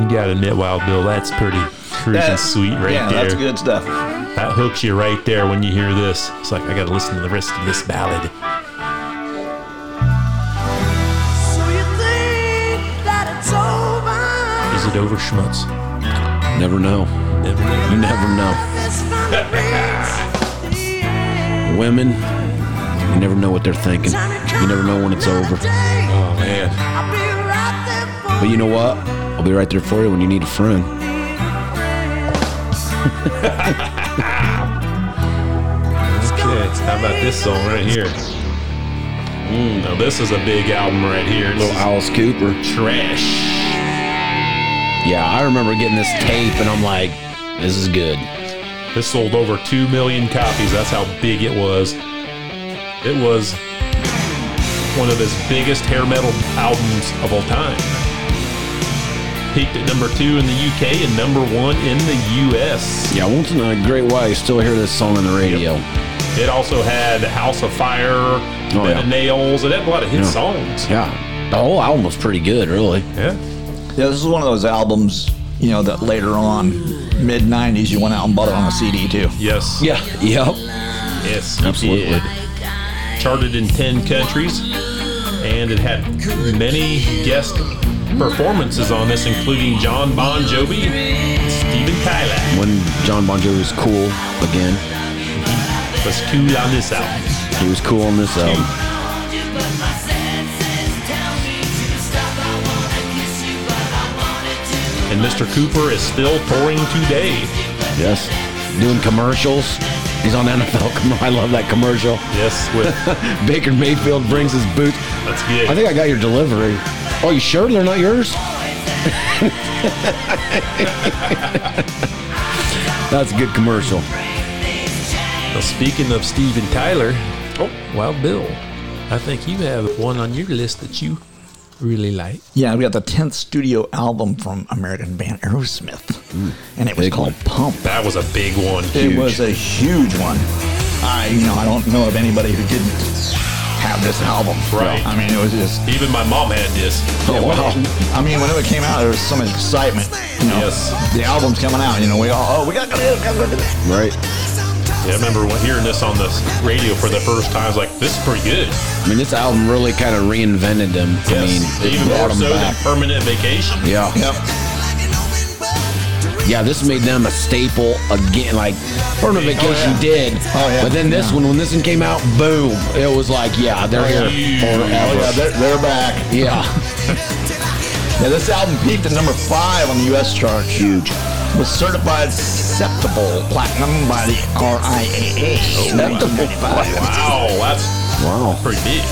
You gotta admit, Wild Bill, that's pretty cruising That's sweet right yeah, there. that's good stuff. That hooks you right there when you hear this. It's like I gotta listen to the rest of this ballad. So you think that it's over? Is it over schmutz? Never know. Never know. You never know. This finally reached the end. Women, you never know what they're thinking. Time to You never know when it's come over. another day. Oh man. I'll be right there for But you know what? I'll be right there for you when you need a friend. Okay, how about this song right here? Mm, now this is a big album right here. This Little is Alice Cooper. trash. Yeah, I remember getting this tape and I'm like, this is good. This sold over two million copies. That's how big it was. It was one of his biggest hair metal albums of all time. Peaked at number two in the UK and number one in the US. Yeah, I want to know a great why you still hear this song on the radio. It also had House of Fire, Bed Oh, yeah. of Nails. It had a lot of hit Yeah. songs. Yeah. The whole album was pretty good, really. Yeah. Yeah, this is one of those albums, you know, that later on, mid '90s, you went out and bought it on a CD too. Yes. Yeah. Yep. Yes. Absolutely. it did. Charted in 10 countries, and it had many guest performances on this, including John Bon Jovi, Steven Tyler. When John Bon Jovi was cool again, Was cool on this album. he was cool on this album. And Mr. Cooper is still touring today. Yes. Doing commercials. He's on NFL. Come on, I love that commercial. Yes, with Baker Mayfield brings his boots. that's good. I think I got your delivery. Oh, you sure they're not yours? That's a good commercial. Now, speaking of Steven Tyler, oh, Wild Bill, I think you have one on your list that you really like. Yeah, we got the 10th studio album from American band Aerosmith, and it was Big called one. Pump. That was a big one. It was a huge one. I, you know, I don't know of anybody who didn't have this album. Right. I mean, it was just. Even my mom had this. Oh, yeah, when it- I mean, whenever it came out, there was so much excitement. You know, Yes. the album's coming out. You know, we all, oh, we got to go, we got to go. do that." Right. Yeah, I remember when hearing this on the radio for the first time. I was like, this is pretty good. I mean, this album really kind of reinvented them. Yes. I mean, it Even brought more so them than back. Permanent Vacation. Yeah. Yep. Yeah, this made them a staple again. Like, Permanent Vacation yeah. did. Oh, yeah. But then this Yeah. one, when this one came out, boom. It was like, yeah, they're here Huge. Oh, yeah, forever. they're, they're back. Yeah. Yeah, this album peaked at number five on the U.S. chart. Huge. Was certified acceptable platinum by the RIAA. Acceptable Wow, that's Wow. pretty big.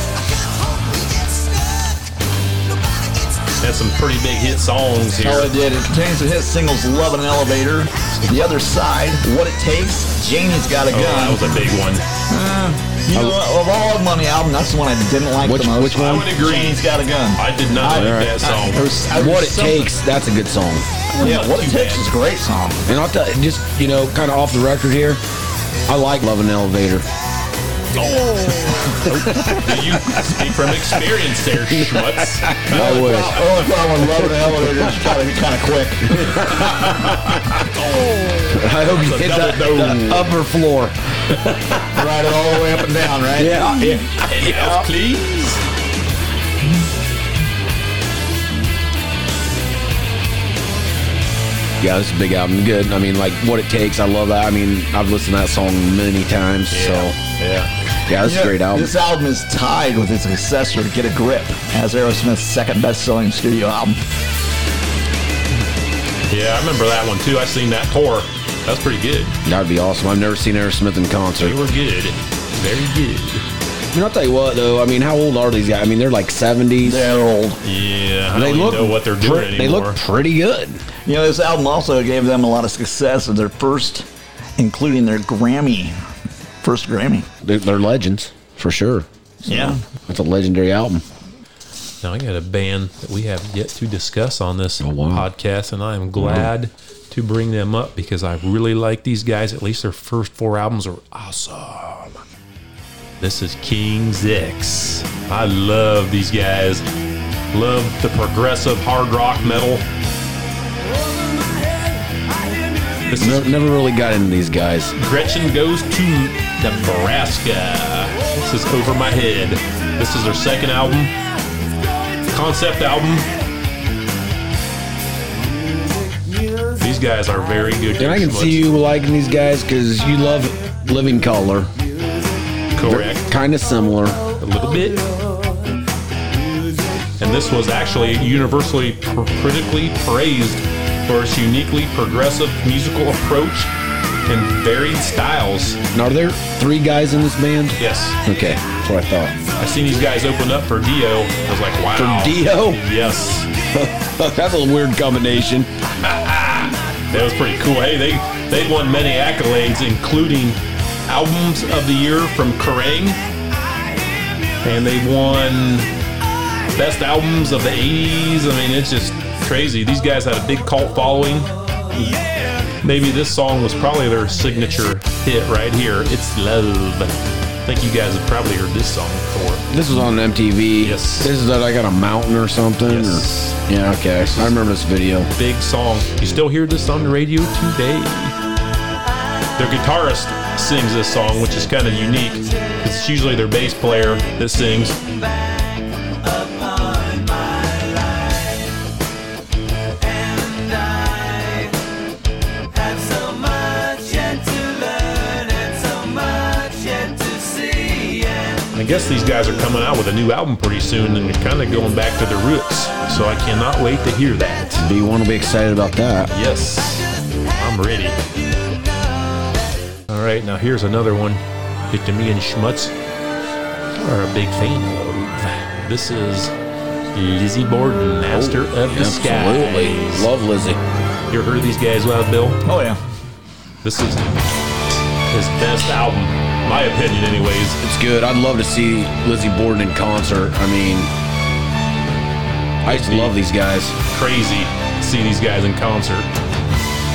Had some pretty big hit songs Oh, here. it did. It contains the hit singles "Love in an Elevator," "The Other Side," "What It Takes," "Janie's Got a Oh, that Gun." was a big one. you know, what? of all of them on the album, that's the one I didn't like Which- the most. which one? I would agree. Janie's Got a Gun. I did not like that song. There was- I- What It something- Takes, that's a good song. Yeah, "What It Too Takes" bad. is a great song. And I'll tell you, just, you know, kind of off the record here, I like Love an Elevator. You speak from experience there, Schmutz. I Well, would. Oh, if I were "Love in an Elevator," it's gotta be kind of quick. I hope It's you a hit double that, the dome. upper floor. Ride it all the way up and down, right? Yeah. yeah. Yes, please. Yeah, this is a big album. Good. I mean, like, What It Takes, I love that. I mean, I've listened to that song many times. So, Yeah. yeah, this is Yeah, a great album. This album is tied with its successor, "Get a Grip," as Aerosmith's second best-selling studio album. Yeah, I remember that one too. I seen that tour. That's pretty good. That'd be awesome. I've never seen Aerosmith in They concert. were good. Very good. mean, I'll tell you what though. I mean, how old are these guys? I mean, they're like seventies. They're old. Yeah, I They don't look even know what they're doing pre- anymore. They look pretty good. You know, this album also gave them a lot of success as their first, including their Grammy, first Grammy. They're, they're legends for sure. Yeah. That's a legendary album. Now I got a band that we have yet to discuss on this Oh, wow. podcast, and I am glad to bring them up because I really like these guys. At least their first four albums are awesome. This is King's X. I love these guys. Love the progressive hard rock metal. This is Never, never really got into these guys. Gretchen goes to Nebraska. This is over my head. This is their second album, concept album. These guys are very good. And I can Christmas. see you liking these guys because you love Living Color. correct Kind of similar. a little bit. And this was actually universally pr- critically praised for its uniquely progressive musical approach and varied styles. Now, are there three guys in this band? Yes, Okay, that's what I thought. I seen these guys open up for Dio. I was like, wow. For Dio? Yes. that's a weird combination. That was pretty cool. Hey, they they won many accolades, including albums of the year from Kerrang, and they won best albums of the '80s. I mean, it's just crazy. These guys had a big cult following. Maybe this song was probably their signature hit right here. It's love. I think you guys have probably heard this song before. This was on MTV. Yes. This is that I got a mountain or something. or- Yes. yeah, okay. I remember this video. big song. You still hear this on the radio today. Their guitarist sings this song, which is kind of unique because it's usually their bass player that sings. I guess these guys are coming out with a new album pretty soon and they're kind of going back to their roots. So I cannot wait to hear that. Do you want to be excited about that? Yes, I'm ready. All right, now here's another one that to me and Schmutz are a big fan of. This is Lizzie Borden, Master of the Oh, Absolutely. Skies. Love Lizzie. You ever heard of these guys, Wild Bill? Oh, yeah. This is his best album, my opinion, anyways. It's good. I'd love to see Lizzie Borden in concert. I mean, I used to love these guys. crazy to see these guys in concert.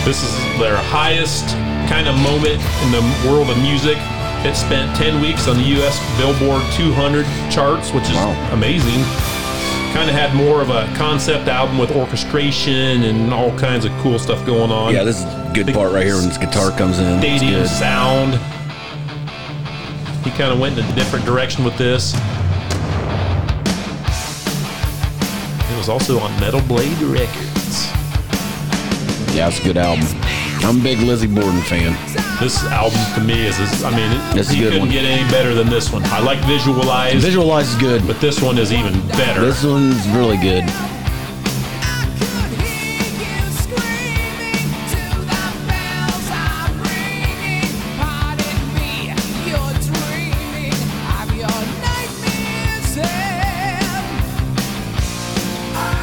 This is their highest kind of moment in the world of music. It spent 10 weeks on the US Billboard 200 charts, which is Wow. amazing. Kind of had more of a concept album with orchestration and all kinds of cool stuff going on. Yeah, this is a good part right here when this guitar comes in. It's stadium good. sound. He kind of went in a different direction with this. It was also on Metal Blade Records. Yeah, it's a good album. I'm a big Lizzie Borden fan. This album to me is, is I mean, it, This is a you good couldn't one. get any better than this one. I like Visualize, Visualize is good. but this one is even better. This one's really good.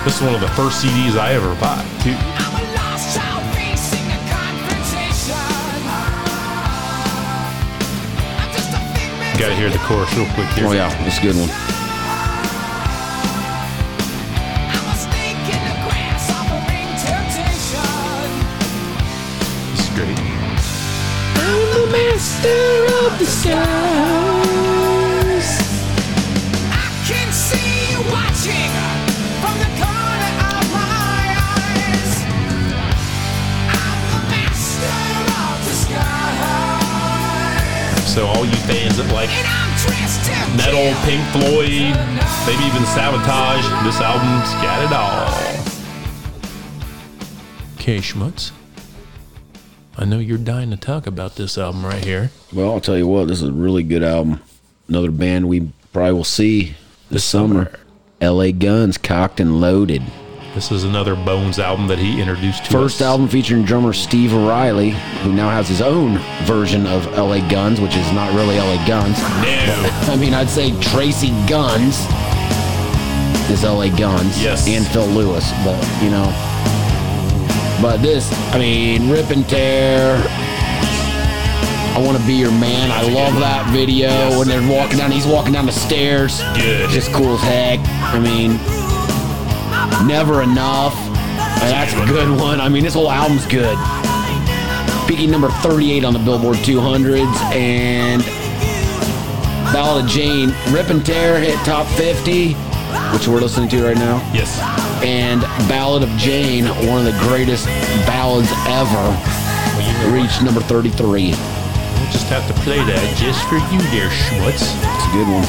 This is one of the first CDs I ever bought, too. Gotta hear the chorus real quick here. Oh yeah, it's a good one. This is great. So all you fans that like metal, Pink Floyd, maybe even Sabotage, this album's got it all. Okay, Schmutz. I know you're dying to talk about this album right here. Well, I'll tell you what, this is a really good album. Another band we probably will see this summer. LA Guns, Cocked and Loaded. This is another Bones album that he introduced to First us. album featuring drummer Steve O'Reilly, who now has his own version of LA Guns, which is not really LA Guns. No. I mean, I'd say Tracy Guns is LA Guns. Yes. And Phil Lewis, but, you know. But this, I mean, Rip and Tear. I want to be your man. I love that video when they're walking down. He's walking down the stairs. Good. Just cool as heck. I mean, Never Enough. And that's a good one. I mean, this whole album's good. Peaking number 38 on the Billboard 200s and Ballad of Jane. Rip and Tear hit top 50, which we're listening to right now. Yes. And Ballad of Jane, one of the greatest ballads ever, reached number 33. It's We'll just have to play that just for you there, Schmutz. a good one.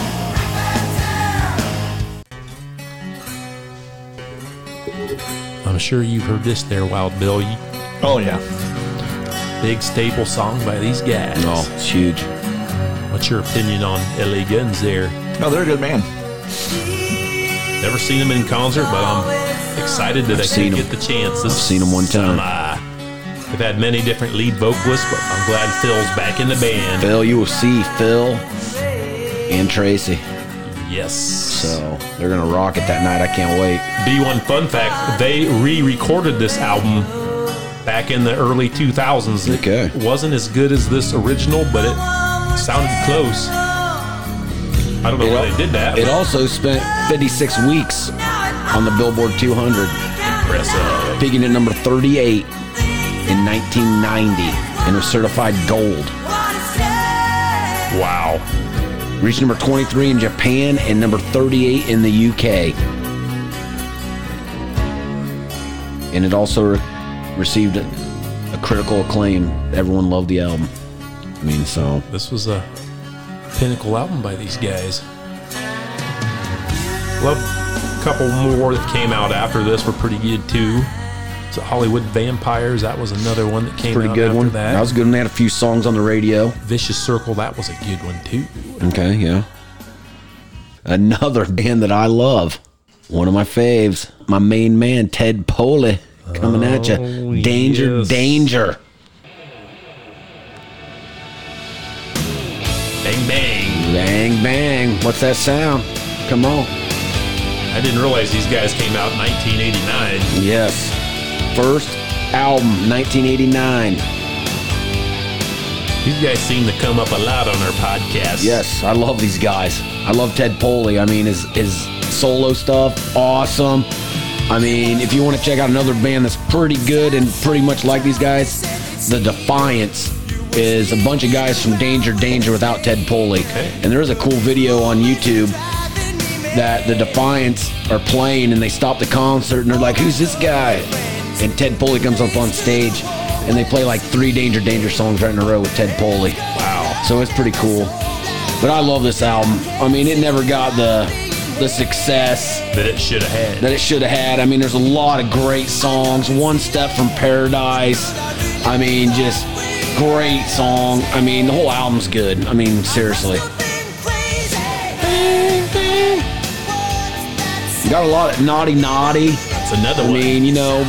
I'm sure you've heard this there, Wild Bill. You- Oh yeah. Big staple song by these guys. Oh, it's huge. What's your opinion on LA Guns there? No, they're a good man. Never seen them in concert, but I'm excited that I seen could 'em. get the chance. This I've seen 'em one time. We've had many different lead vocalists, but I'm glad Phil's back in the band. Phil, you will see Phil and Tracy. Yes. So they're going to rock it that night. I can't wait. B1 fun fact, they re-recorded this album back in the early 2000s. It Okay. wasn't as good as this original, but it sounded close. I don't know why they did that. It also spent 56 weeks on the Billboard 200, Impressive. peaking at number 38 in 1990 and was certified gold. Wow. Reached number 23 in Japan and number 38 in the UK. And it also re- received a, a critical acclaim. Everyone loved the album. I mean, so This was a pinnacle album by these guys. Love a couple more that came out after this were pretty good too. So Hollywood Vampires, that was another one that came pretty out good after one. that. That was a good. one. They had a few songs on the radio. Vicious Circle, that was a good one too. Okay, yeah. Another band that I love. One of my faves. My main man, Ted Poley, coming at you. Danger, yes. danger. Bang bang. Bang, bang. What's that sound? Come on. I didn't realize these guys came out in 1989. Yes. First album, 1989. These guys seem to come up a lot on our podcast. Yes, I love these guys. I love Ted Poley. I mean, his his solo stuff, awesome. I mean, if you want to check out another band that's pretty good and pretty much like these guys, The Defiance is a bunch of guys from Danger Danger without Ted Poley. Okay. And there is a cool video on YouTube that The Defiance are playing and they stop the concert and they're like, who's this guy? And Ted Poley comes up on stage and they play like three Danger Danger songs right in a row with Ted Poley. Wow. So it's pretty cool. But I love this album. I mean, it never got the the success That it should have had. that it should have had. I mean, there's a lot of great songs. One Step from Paradise. I mean, just great song. I mean, the whole album's good. I mean, seriously. Got a lot of naughty naughty. That's another I one. mean, you know,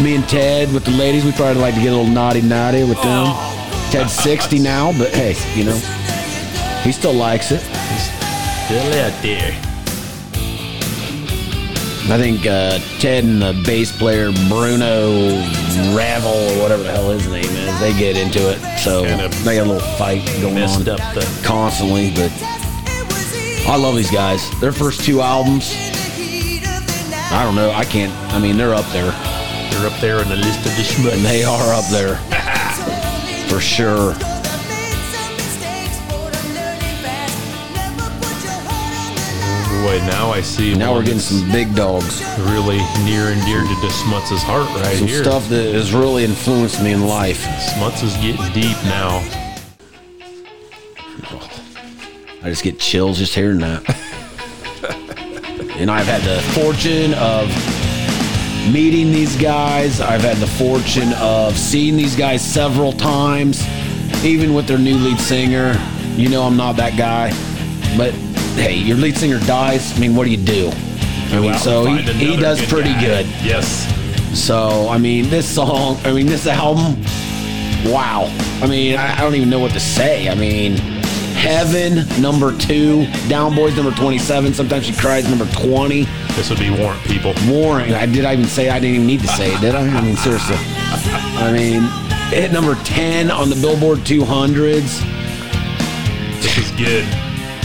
me and Ted with the ladies, we probably like to get a little naughty naughty with them. Ted's 60 now, but hey, you know, he still likes it. Still out there. I think uh, Ted and the bass player Bruno Ravel, or whatever the hell his name is, they get into it. So Kind of they got a little fight going Messed on up the. constantly, but I love these guys. Their first two albums, I don't know, I can't, I mean, they're up there. They're up there on the list of the schmutz. They are up there for sure. Boy, now I see. Now one we're getting that's some big dogs. really near and dear to the Smuts' heart right Some here. stuff that has really influenced me in life. Smuts is getting deep now. I just get chills just hearing that. and I've had the fortune of meeting these guys. I've had the fortune of seeing these guys several times, even with their new lead singer. You know, I'm not that guy. But hey, your lead singer dies. I mean, what do you do? I mean, out so and he, find he another does good pretty guy. good. Yes. So I mean, this song, I mean, this album, wow. I mean, I, I don't even know what to say. I mean, Heaven number two, Down Boys number twenty-seven. Sometimes she cries number twenty. This would be Warrant People. Warren, I did I even say I didn't even need to say it, did I? I mean, seriously. I mean, it hit number ten on the Billboard 200s. This is good.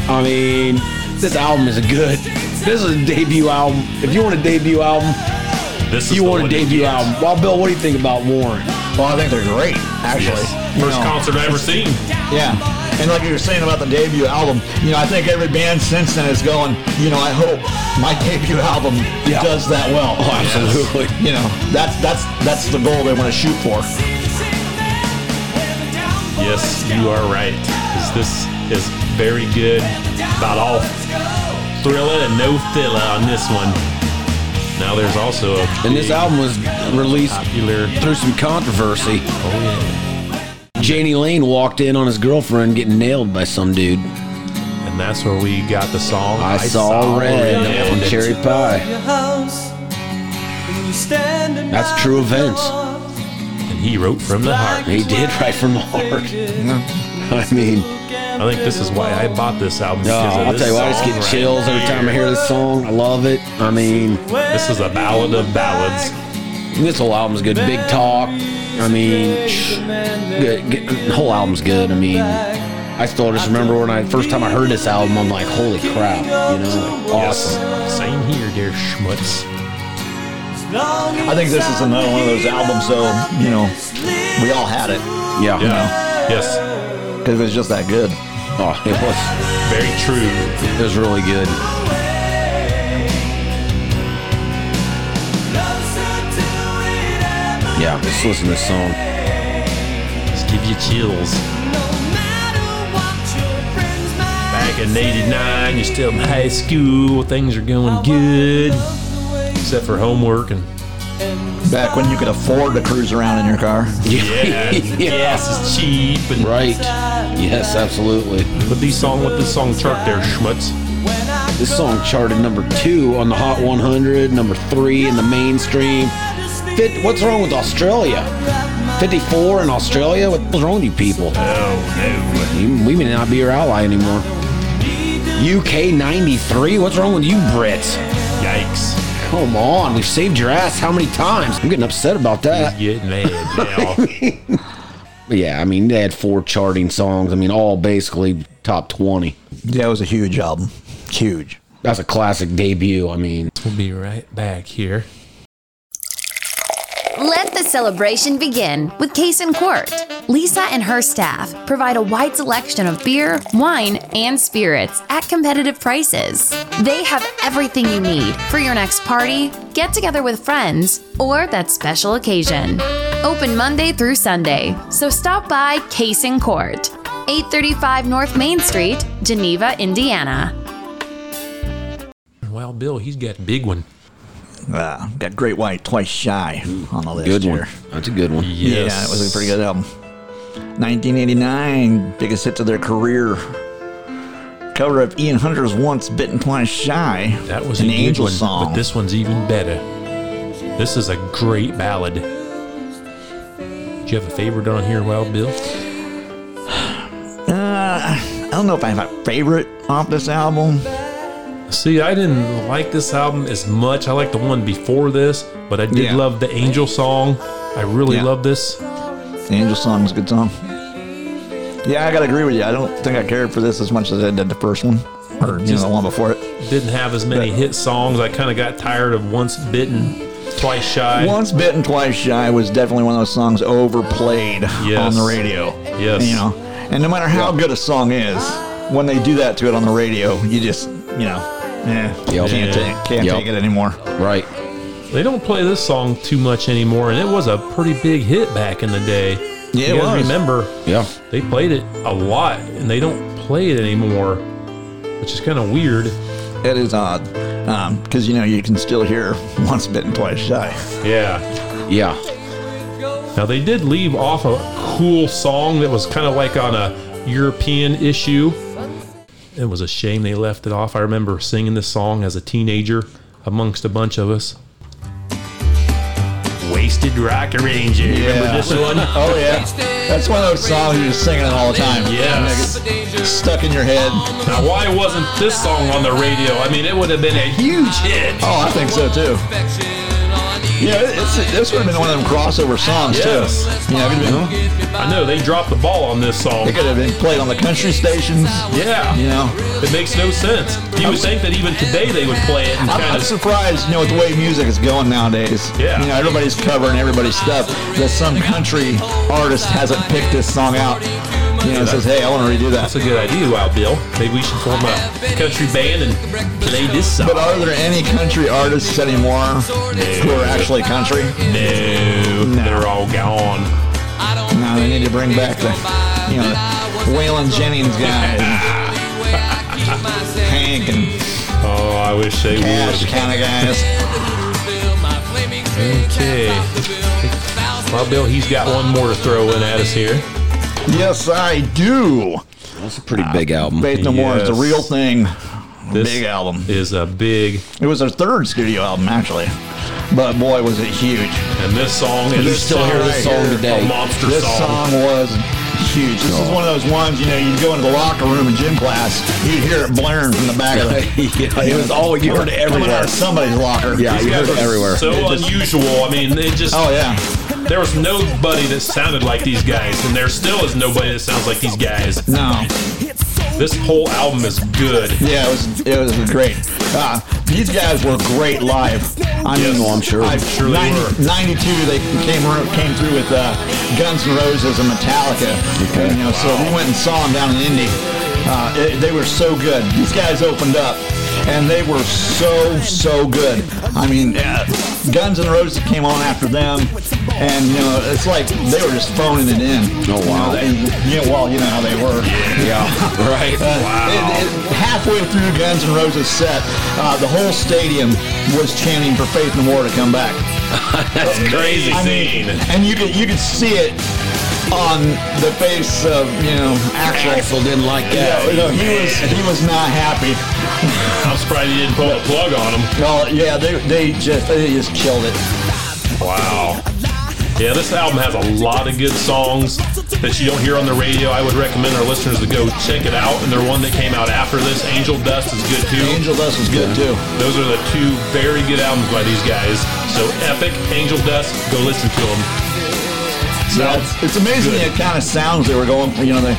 I mean, this album is good. This is a debut album. If you want a debut album, This is you the want a one to debut get. album. Well, Bill, what do you think about Warren? Well, I think they're great, actually. Yes. You First know, concert I ever seen. Yeah. And like you were saying about the debut album, you know, I think every band since then is going, you know, I hope my debut album Yeah. does that well. absolutely. You know, that's that's that's the goal they want to shoot for. Yes, you are right. 'Cause This is very good. About all thriller and no filler on this one. Now there's also a And this big album was released popular. through some controversy. Oh yeah. Janie Lane walked in on his girlfriend getting nailed by some dude. And that's where we got the song. I, saw, red, Nailed on It. Cherry Pie. Your house, and you stand at That's my true events. door. And he wrote from the heart. He did right from the heart. I mean, I think this is why I bought this album. oh, because of I'll this tell you what, I just song get right chills every time I hear this song. I love it. I mean, This is a ballad of ballads. this whole album's good. Big Talk. I mean, shh, good, good- the whole album's good. I mean, I still just remember when I first time I heard this album, I'm like, holy crap, you know, like, awesome. Yes. Same here, dear schmutz. I think this is another one of those albums, though, you know, we all had it Yeah. Yeah. Yes. because it's just that good. Oh, it was Very true. it was really good. Yeah, just listen to this song. Just give you chills. Back in 89, you're still in high school. Things are going good. Except for homework and. Back when you could afford to cruise around in your car. Yeah. yes, it's cheap. And Right. Yes, absolutely. Put these song with this song chart there, schmutz. This song charted number two on the Hot 100, number three in the mainstream. Fit, what's wrong with Australia? 54 in Australia? What's wrong with you people? Oh, You, we may not be your ally anymore. UK 93? What's wrong with you Brits? no. Yikes. Come on, we've saved your ass how many times? I'm getting upset about that. Get mad now. But yeah, I mean, they had four charting songs. I mean, all basically top 20. Yeah, it was a huge album. Huge. That's a classic debut. I mean, we'll be right back here. Let the celebration begin with Case and Court. Lisa and her staff provide a wide selection of beer, wine, and spirits at competitive prices. They have everything you need for your next party, get together with friends, or that special occasion. Open Monday through Sunday, so stop by Case and Court, 835 North Main Street, Geneva, Indiana. Well, Bill, he's got a big one. Uh, got Great White twice shy on the list. good one. here. That's a good one. Yes. Yeah, it was a pretty good album. 1989, biggest hit to their career. Cover of Ian Hunter's Once Bitten Twice Shy. That was an a good angel one, song. but this one's even better. This is a great ballad. Do you have a favorite on here, Wild Bill? uh, I don't know if I have a favorite off this album. See, I didn't like this album as much. I liked the one before this, but I did Yeah. love the Angel song. I really Yeah. love this. The angel song was a good song. Yeah, I gotta agree with you. I don't think I cared for this as much as I did the first one, or you know, Just- the one before it. Didn't have as many hit songs. I kind of got tired of Once Bitten, Twice Shy. Once bitten, twice shy was definitely one of those songs overplayed on Yes. the radio. Yes. you know, and no matter how good a song is, when they do that to it on the radio, you just you know, eh, Yep. can't take can't Yep. take it anymore. Right. They don't play this song too much anymore, and it was a pretty big hit back in the day. Yeah, you it gotta was. remember Yeah. they played it a lot and they don't play it anymore which is kind of weird It is odd because you know you can still hear once bitten, twice shy. yeah Yeah. now they did leave off a cool song that was kind of like on a european issue it was a shame they left it off i remember singing this song as a teenager amongst a bunch of us. Wasted Rock Ranger. Remember this one? Oh yeah, that's one of those songs you're just singing all the time. Yes. stuck in your head. Now, why wasn't this song on the radio? I mean, it would have been a huge hit. Oh, I think so too. Yeah, it- it's, this would have been one of them crossover songs Yes. too. You know, it could have been, I know they dropped the ball on this song. it could have been played on the country stations. Yeah. You know, It makes no sense. You would think that even today they would play it and I'm, kind I'm of. surprised. You know, with the way music is going nowadays. Yeah. You know, everybody's covering everybody's stuff. That some country artist hasn't picked this song out. You know, and says, "Hey, I want to redo that." That's a good idea, Wild Bill. Maybe we should form a country band and play this song. But are there any country artists anymore who are actually country? No, they're all gone. No, they need to bring back the, you know, the Waylon Jennings guy, and Hank and Oh, I wish they Cash would. kind of guys. Okay. Well, Bill, he's got one more to throw in at us here. Yes, I do. That's a pretty big album. Faith No More is the Yes. real thing. This Big album. is a big, It was their third studio album, actually. But boy, was it huge. and this song is You still song hear right this song here, a today. monster This song. song was huge. This is one of those ones, you know, you'd go into the locker room in gym class, you'd hear it blaring from the back of the. Yeah, it was all- you heard it Coming out everywhere. of somebody's locker. Yeah, you heard it It's everywhere. So unusual. I mean, it just Oh, yeah. there was nobody that sounded like these guys, and there still is nobody that sounds like these guys. No. This whole album is good. Yeah, it was it was great. Uh, these guys were great live. I mean, Yes. No, I'm sure. I, Sure they 90 were. 92, they came ro- came through with uh, Guns N' Roses and Metallica. Okay. You know, so we went and saw them down in Indy. Uh, it- they were so good. These guys opened up, and they were so so good. I mean, uh, Guns N' Roses came on after them, and you know, it's like they were just phoning it in. Oh, wow. You know, they- yeah, well, you know how they were. Yeah, right. Uh, it- it- halfway through Guns N' Roses set, uh, the whole stadium was chanting for Faith No More to come back. That's crazy I mean, scene. and you could you could see it on the face of you know Axel. Axel didn't like Yeah, that. you know, he was he was not happy. I'm surprised you didn't pull the plug on them. Well, yeah, they they just they just killed it. Wow. Yeah, this album has a lot of good songs that you don't hear on the radio. I would recommend our listeners to go check it out. And their one that came out after this, Angel Dust, is good too. Angel Dust was good too. Those are the two very good albums by these guys. So Epic, Angel Dust, go listen to them. So it's, it's amazing Good. the kind of sounds they were going for. You know, the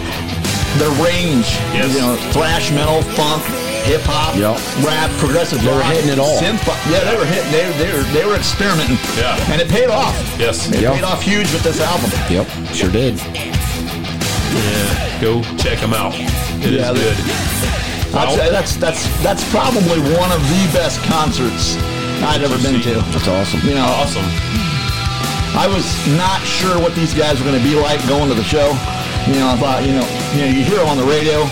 their range. Yes. You know, thrash metal, funk, hip hop, Yep. rap, progressive. They were rock, hitting it all. synth pop. yeah, they were hitting. They, they were they were experimenting. Yeah. And it paid off. Yes. It Yep. paid off huge with this album. Yep, sure did. Yeah, go check them out. It is Yeah, they- good. I'd Well, say that's that's that's probably one of the best concerts I'd ever been to. That's awesome. You know, awesome. I was not sure what these guys were going to be like going to the show. You know, I thought, you know, you know, you hear them on the radio,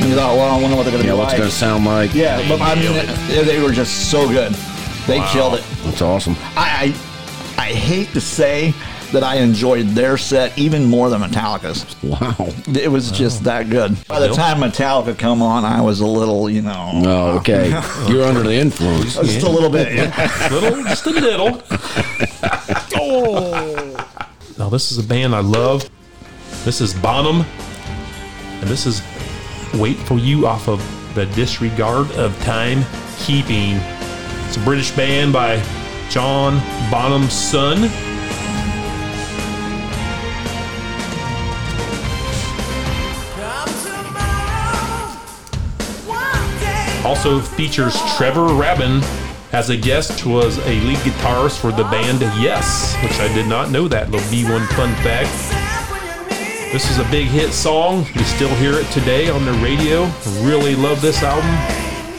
and you thought, well, I wonder what they're going to Yeah, be what's like. it gonna sound like? yeah, but I mean, they, they were just so good. They killed it. That's awesome. I, I I hate to say that I enjoyed their set even more than Metallica's. Wow. It was just that good. By the time Metallica come on, I was a little, you know, Oh, okay. You're under the influence. just a little bit. yeah. little, just a little. oh. Now this is a band I love. This is Bonham, and this is "Wait for You" off of the Disregard of Time Keeping. It's a British band by John Bonham's son. also features Trevor Rabin as a guest, who was a lead guitarist for the band Yes, which I did not know that. Little B1 fun fact. This is a big hit song. You still hear it today on the radio. Really love this album.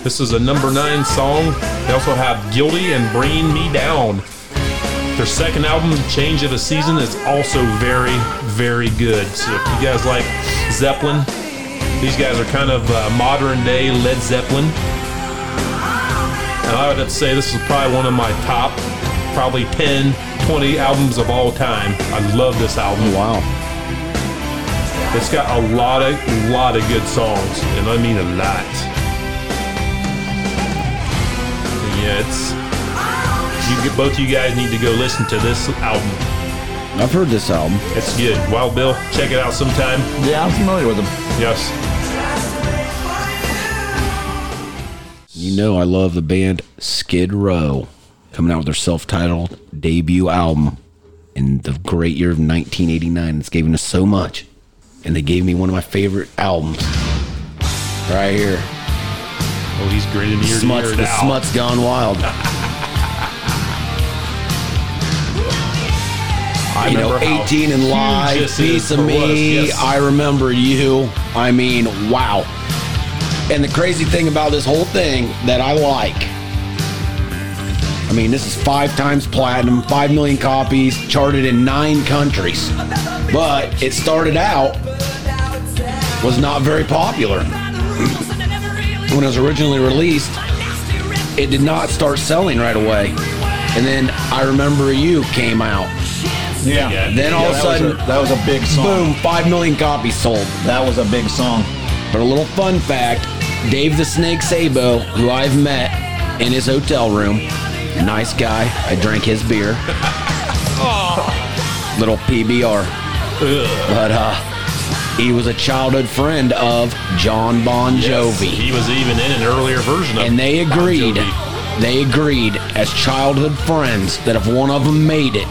This is a number nine song. They also have Guilty and Bringing Me Down. Their second album, Change of the Season, is also very, very good. So if you guys like Zeppelin, these guys are kind of uh, modern day Led Zeppelin. And I would have to say this is probably one of my top, probably 10, 20 albums of all time. I love this album. Wow. It's got a lot of, lot of good songs, and I mean a lot. you, it's you both of you guys need to go listen to this album. I've heard this album. It's good. Wild Bill, check it out sometime. Yeah, I'm familiar with them. Yes. You know, I love the band Skid Row coming out with their self titled debut album in the great year of 1989. It's given us so much, and they gave me one of my favorite albums right here. Oh, he's grinning ear Smuts, to ear the now. Smuts Gone Wild. I you know, remember how 18 and huge live, this is piece of for us, me. yes. I remember you. I mean, wow. And the crazy thing about this whole thing that I like, I mean, this is five times platinum, five million copies, charted in nine countries. But it started out was not very popular when it was originally released. It did not start selling right away, and then I remember you came out. Yeah. Yeah. Then all of a that, was a, sudden, that was a big song. Boom, 5 million copies sold. That was a big song. But a little fun fact Dave the Snake Sabo, who I've met in his hotel room, nice guy. I drank his beer. little PBR. But uh, he was a childhood friend of John Bon Yes, Jovi. He was even in an earlier version of And they Bon agreed. Jovi. They agreed as childhood friends that if one of them made it,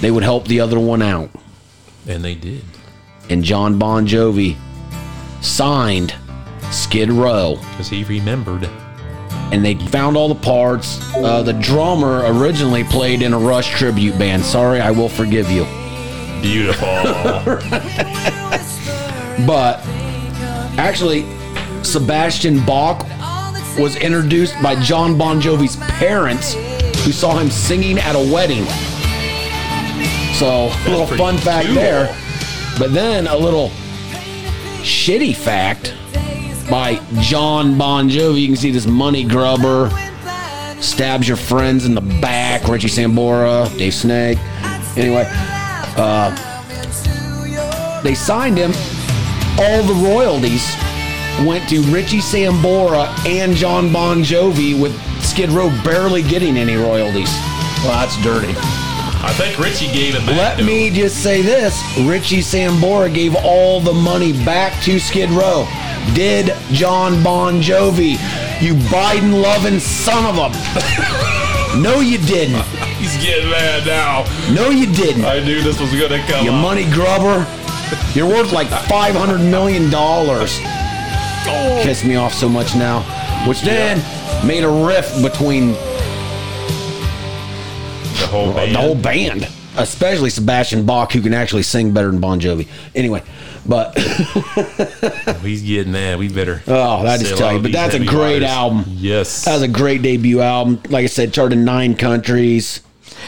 they would help the other one out. And they did. and John Bon Jovi signed Skid Row, Because he remembered. and they found all the parts. Uh, the drummer originally played in a Rush tribute band. Sorry, I will forgive you, Beautiful. but actually, Sebastian Bach was introduced by John Bon Jovi's parents, who saw him singing at a wedding. So, a little pretty fun fact cool. there. But then a little shitty fact by John Bon Jovi. You can see this money grubber stabs your friends in the back. Richie Sambora, Dave Snake. Anyway, uh, they signed him. All the royalties went to Richie Sambora and John Bon Jovi, with Skid Row barely getting any royalties. Well, that's dirty. I think Richie gave it back. Let to me just say this Richie Sambora gave all the money back to Skid Row. Did John Bon Jovi, you Biden loving son of a. no, you didn't. him. He's getting mad now. No, you didn't. I knew this was going to come You up. money grubber. You're worth like $500 million. Piss me off so much now. Which then made a rift between the whole band. the whole band, especially Sebastian Bach, who can actually sing better than Bon Jovi. Anyway, but. He's getting mad. We better. Oh, that is sell tight. out But these that's a heavy great wires. album. Yes. That was a great debut album. Like I said, charted in nine countries,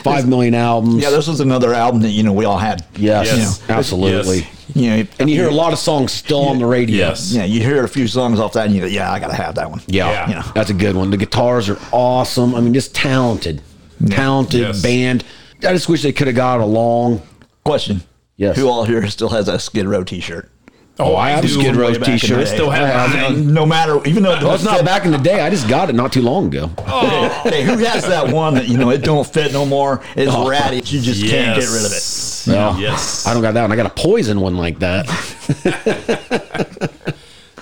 five million albums. Yeah, this was another album that you know we all had. yes, Yes. absolutely. Yes. You know, And you hear a lot of songs still on the radio. yes. Yeah, you hear a few songs off that, and you go, "Yeah, I gotta have that one." Yeah, Yeah. Yeah. that's a good one. The guitars are awesome. I mean, just talented, talented Yes. band. I just wish they could have got along. Question. Yes. Who all here still has a Skid Row T-shirt? Oh, I have a do Skid way Row back in the t-shirt. day. I still have Uh, mine. no matter, even though it Well, it's don't not fit- back in the day. I just got it not too long ago. Oh. Hey, who has that one that you know it don't fit no more? It's Oh. ratty. You just Yes. can't get rid of it. No. Yes. I don't got that one. I got a poison one like that.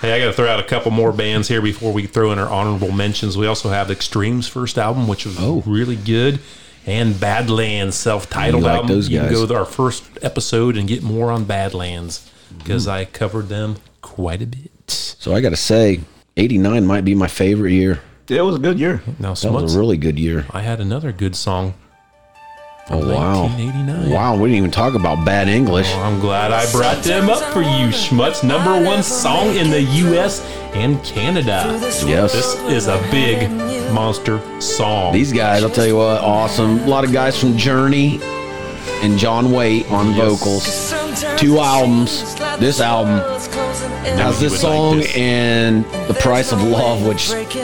Hey, I got to throw out a couple more bands here before we throw in our honorable mentions. We also have Extreme's first album, which was Oh. really good, and Badlands self-titled You like album. those you can guys. go to our first episode and get more on Badlands because I covered them quite a bit. So I got to say, '89 might be my favorite year. It was a good year. Now, That was Smuts, a really good year. I had another good song. Oh wow! 1989. Wow, we didn't even talk about bad English. Well, I'm glad I brought them up for you, Schmutz. Number one song in the U.S. and Canada. Yes. This is a big monster song. These guys, I'll tell you what, awesome. A lot of guys from Journey and John Waite on vocals. Two albums. This album Has has you this would like song this. and The Price of Love, which which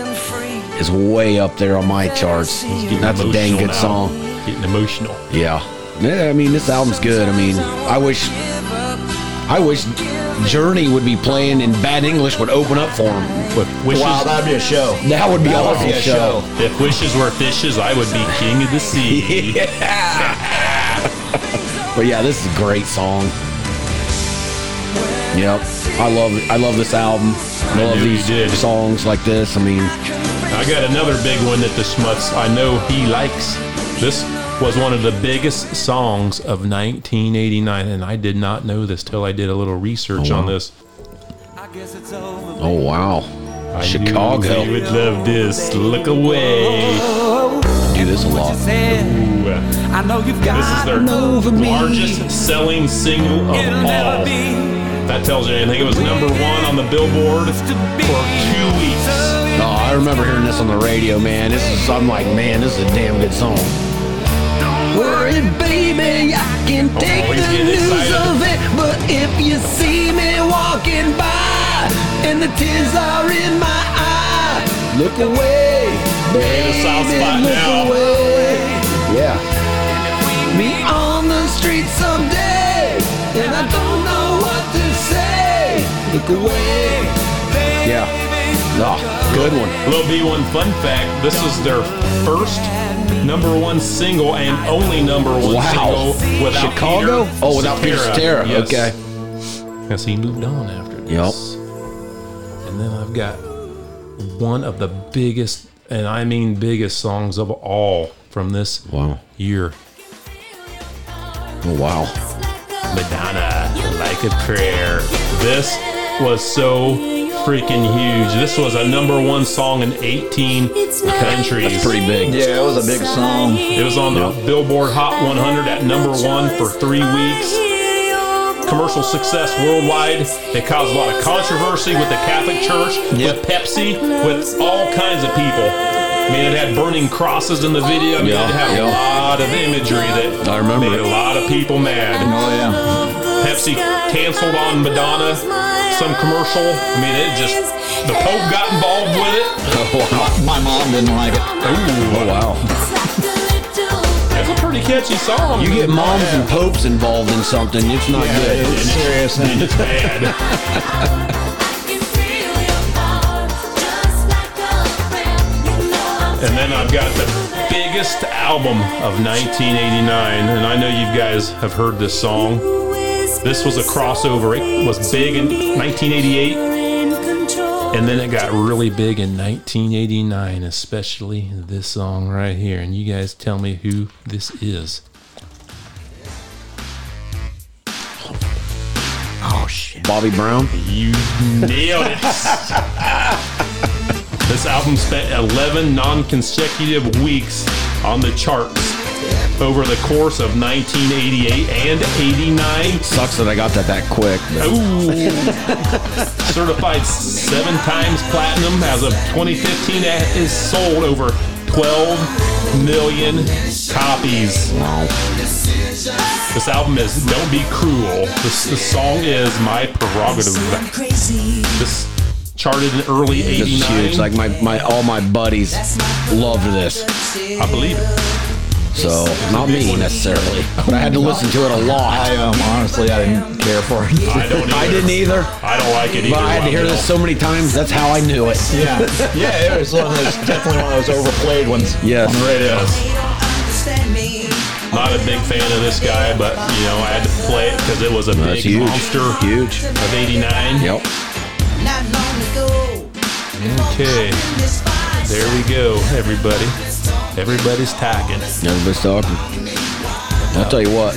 is way up there on my charts. Getting That's a Emotional dang good now. song. Getting emotional. Yeah. Yeah, I mean, this album's good. I mean, I wish I wish Journey would be playing and Bad English would open up for him. With wishes, Wow, that'd be a show. That would be That would awesome be a show. show. if wishes were fishes, I would be king of the sea. But yeah, this is a great song. Yep, I love I love this album. I I love knew you these did. songs like this. I mean, I got another big one that the Smuts I know he likes. This was one of the biggest songs of 1989, and I did not know this till I did a little research Oh, wow. on this. oh wow, I knew Chicago. you would love this. Look away. do this a lot. Ooh. I know you've This is got their largest selling single of It'll never all. be That tells you anything. It was number one on the Billboard to be. for two weeks. Oh, I remember hearing this on the radio, man. This is I'm like, man, this is a damn good song. Worry, baby, I can take he's the getting news excited. of it, but if you see me walking by and the tears are in my eye, look away, in a soft baby, spot look now. away. Yeah. Me on the street someday, and I don't know what to say. Look away. Yeah. Oh, good one. Little B1 fun fact this is their first number one single and only number one Wow. single without Chicago? Peter Oh, without Peter Cetera. Yes. Okay. Yes, he moved on after this. Yep. And then I've got one of the biggest, and I mean biggest songs of all from this Wow. year Oh, wow. Madonna, Like a Prayer. This was so freaking huge. This was a number one song in 18 countries. That's pretty big. Yeah, it was a big song. It was on the Billboard Hot 100 at number one for three weeks. Commercial success worldwide. It caused a lot of controversy with the Catholic Church, with Yep. Pepsi, with all kinds of people. Man, it had burning crosses in the video. I mean, Yeah, it had yeah. a lot of imagery that I remember made it. a lot of people mad. Oh yeah. Pepsi canceled on Madonna, some commercial. I mean, it just the Pope got involved with it. My mom didn't like it. Oh, wow. It's a pretty catchy song. You get moms and popes involved in something, it's not good. It's serious. and it's bad. And then I've got the biggest album of 1989, and I know you guys have heard this song. This was a crossover. It was big in 1988, and then it got really big in 1989, especially this song right here. And you guys tell me who this is. Oh, Bobby Brown? You nailed it. this album spent 11 non consecutive weeks on the charts over the course of 1988 and 89. Sucks that I got that that quick. But Ooh. Certified seven times platinum as of 2015, it has sold over 12 million copies. This album is Don't Be Cruel. This, this song is My Prerogative. This charted in early this is huge. '89. Like, my, my all my buddies loved this. I believe it. So, not me necessarily. But I had to listen to it a I lot. um, honestly, I didn't care for it. I don't. Either. I didn't either, I don't like it either. but I had to hear this so many times. That's how I knew it. Yeah, yeah, it was one of those, definitely one of those overplayed ones. Yes. on the radio. Not a big fan of this guy, but you know I had to play it because it was a That's big huge. monster Huge. of '89. Yep. Okay, there we go, everybody. Everybody's tagging. Everybody's talking. I'll tell you what.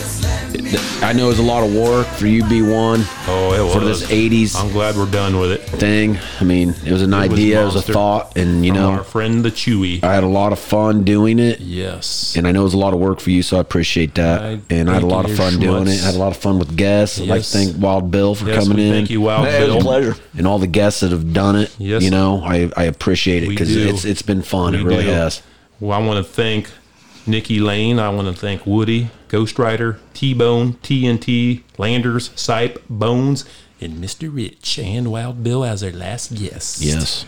I know it's a lot of work for you, B1, Oh, it was for this 80s I'm glad we're done with it. thing. I mean, it was an was idea, it was, a monster. thought, and you From know, our friend the Chewy. I had a lot of fun doing it. Yes. And I know it was a lot of work for you, so I appreciate that. I and I thank had a lot you, of fun Schmutz. doing it. I had a lot of fun with guests. I'd like to Yes. thank Wild Bill for Yes, coming we in. thank you, Wild Hey, it was Bill. a pleasure. And all the guests that have done it. Yes. You know, I, I appreciate it We because do. it's it's been fun. We it really do. has. Well, I want to thank Nikki Lane. I want to thank Woody, Ghost Rider, T Bone, TNT, Landers, Sipe, Bones, and Mr. Rich and Wild Bill as our last guests. Yes.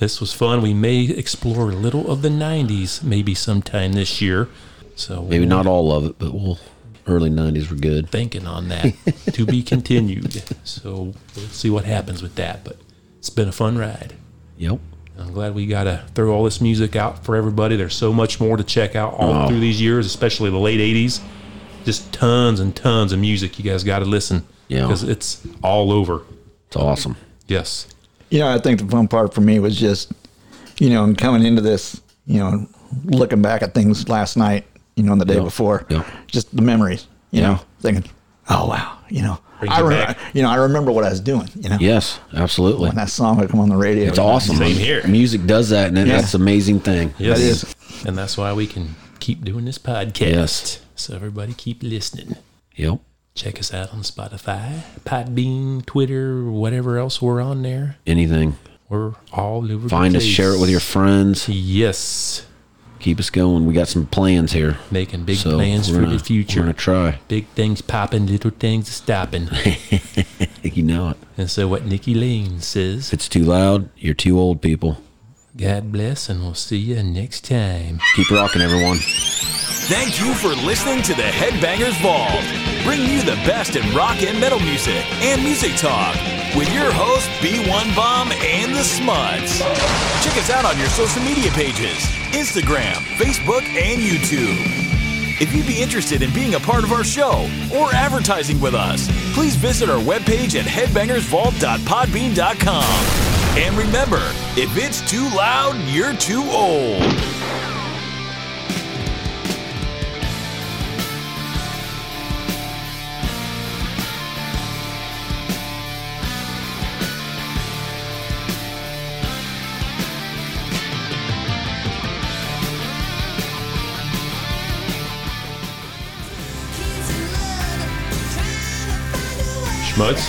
This was fun. We may explore a little of the 90s maybe sometime this year. So Maybe not all of it, but we'll early '90s were good. thinking on that to be continued. So we'll see what happens with that. But it's been a fun ride. Yep. I'm glad we got to throw all this music out for everybody. There's so much more to check out all Oh. through these years, especially the late 80s. Just tons and tons of music. You guys got to listen Yeah. because it's all over. It's awesome. Yes. You know, I think the fun part for me was just, you know, and coming into this, you know, looking back at things last night, you know, and the day Yeah. before, Yeah. just the memories, you Yeah. know, thinking, oh wow, you know, Brings I you remember, back. you know, I remember what I was doing, you know, Yes, absolutely. when that song would come on the radio, It's awesome. Same here. Music does that, and it- Yeah. that's an amazing thing. Yes. is. And that's why we can keep doing this podcast. Yes. So everybody keep listening. Yep. Check us out on Spotify, Podbean, Twitter, whatever else we're on there. Anything. We're all over. Find the us, share it with your place. friends. Yes, Keep us going. We got some plans here. making big So plans we're for gonna- the future. We're gonna try. Big things popping, little things stopping. You know it. and so, what Nikki Lane If says, it's too loud, you're too old, people. God bless, and we'll see you next time. Keep rocking, everyone. Thank you for listening to the Headbangers Vault. Bring you the best in rock and metal music and music talk with your host B1 Bomb and the Smuts. Check us out on your social media pages, Instagram, Facebook, and YouTube. If you'd be interested in being a part of our show or advertising with us, please visit our webpage at headbangersvault.podbean.com. And remember, if it's too loud, you're too old. Schmutz,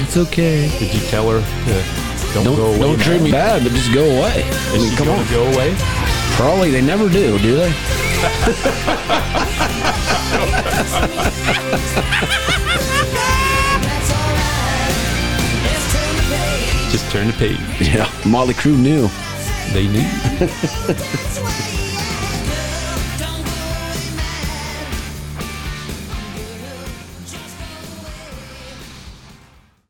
It's okay. did you tell her to don't, Don't go away? don't now? treat me bad, but just go away. I Is mean, she come gonna on. Go away. Probably they never do, do they? Just turn the page. Yeah. Molly Crew knew. They knew.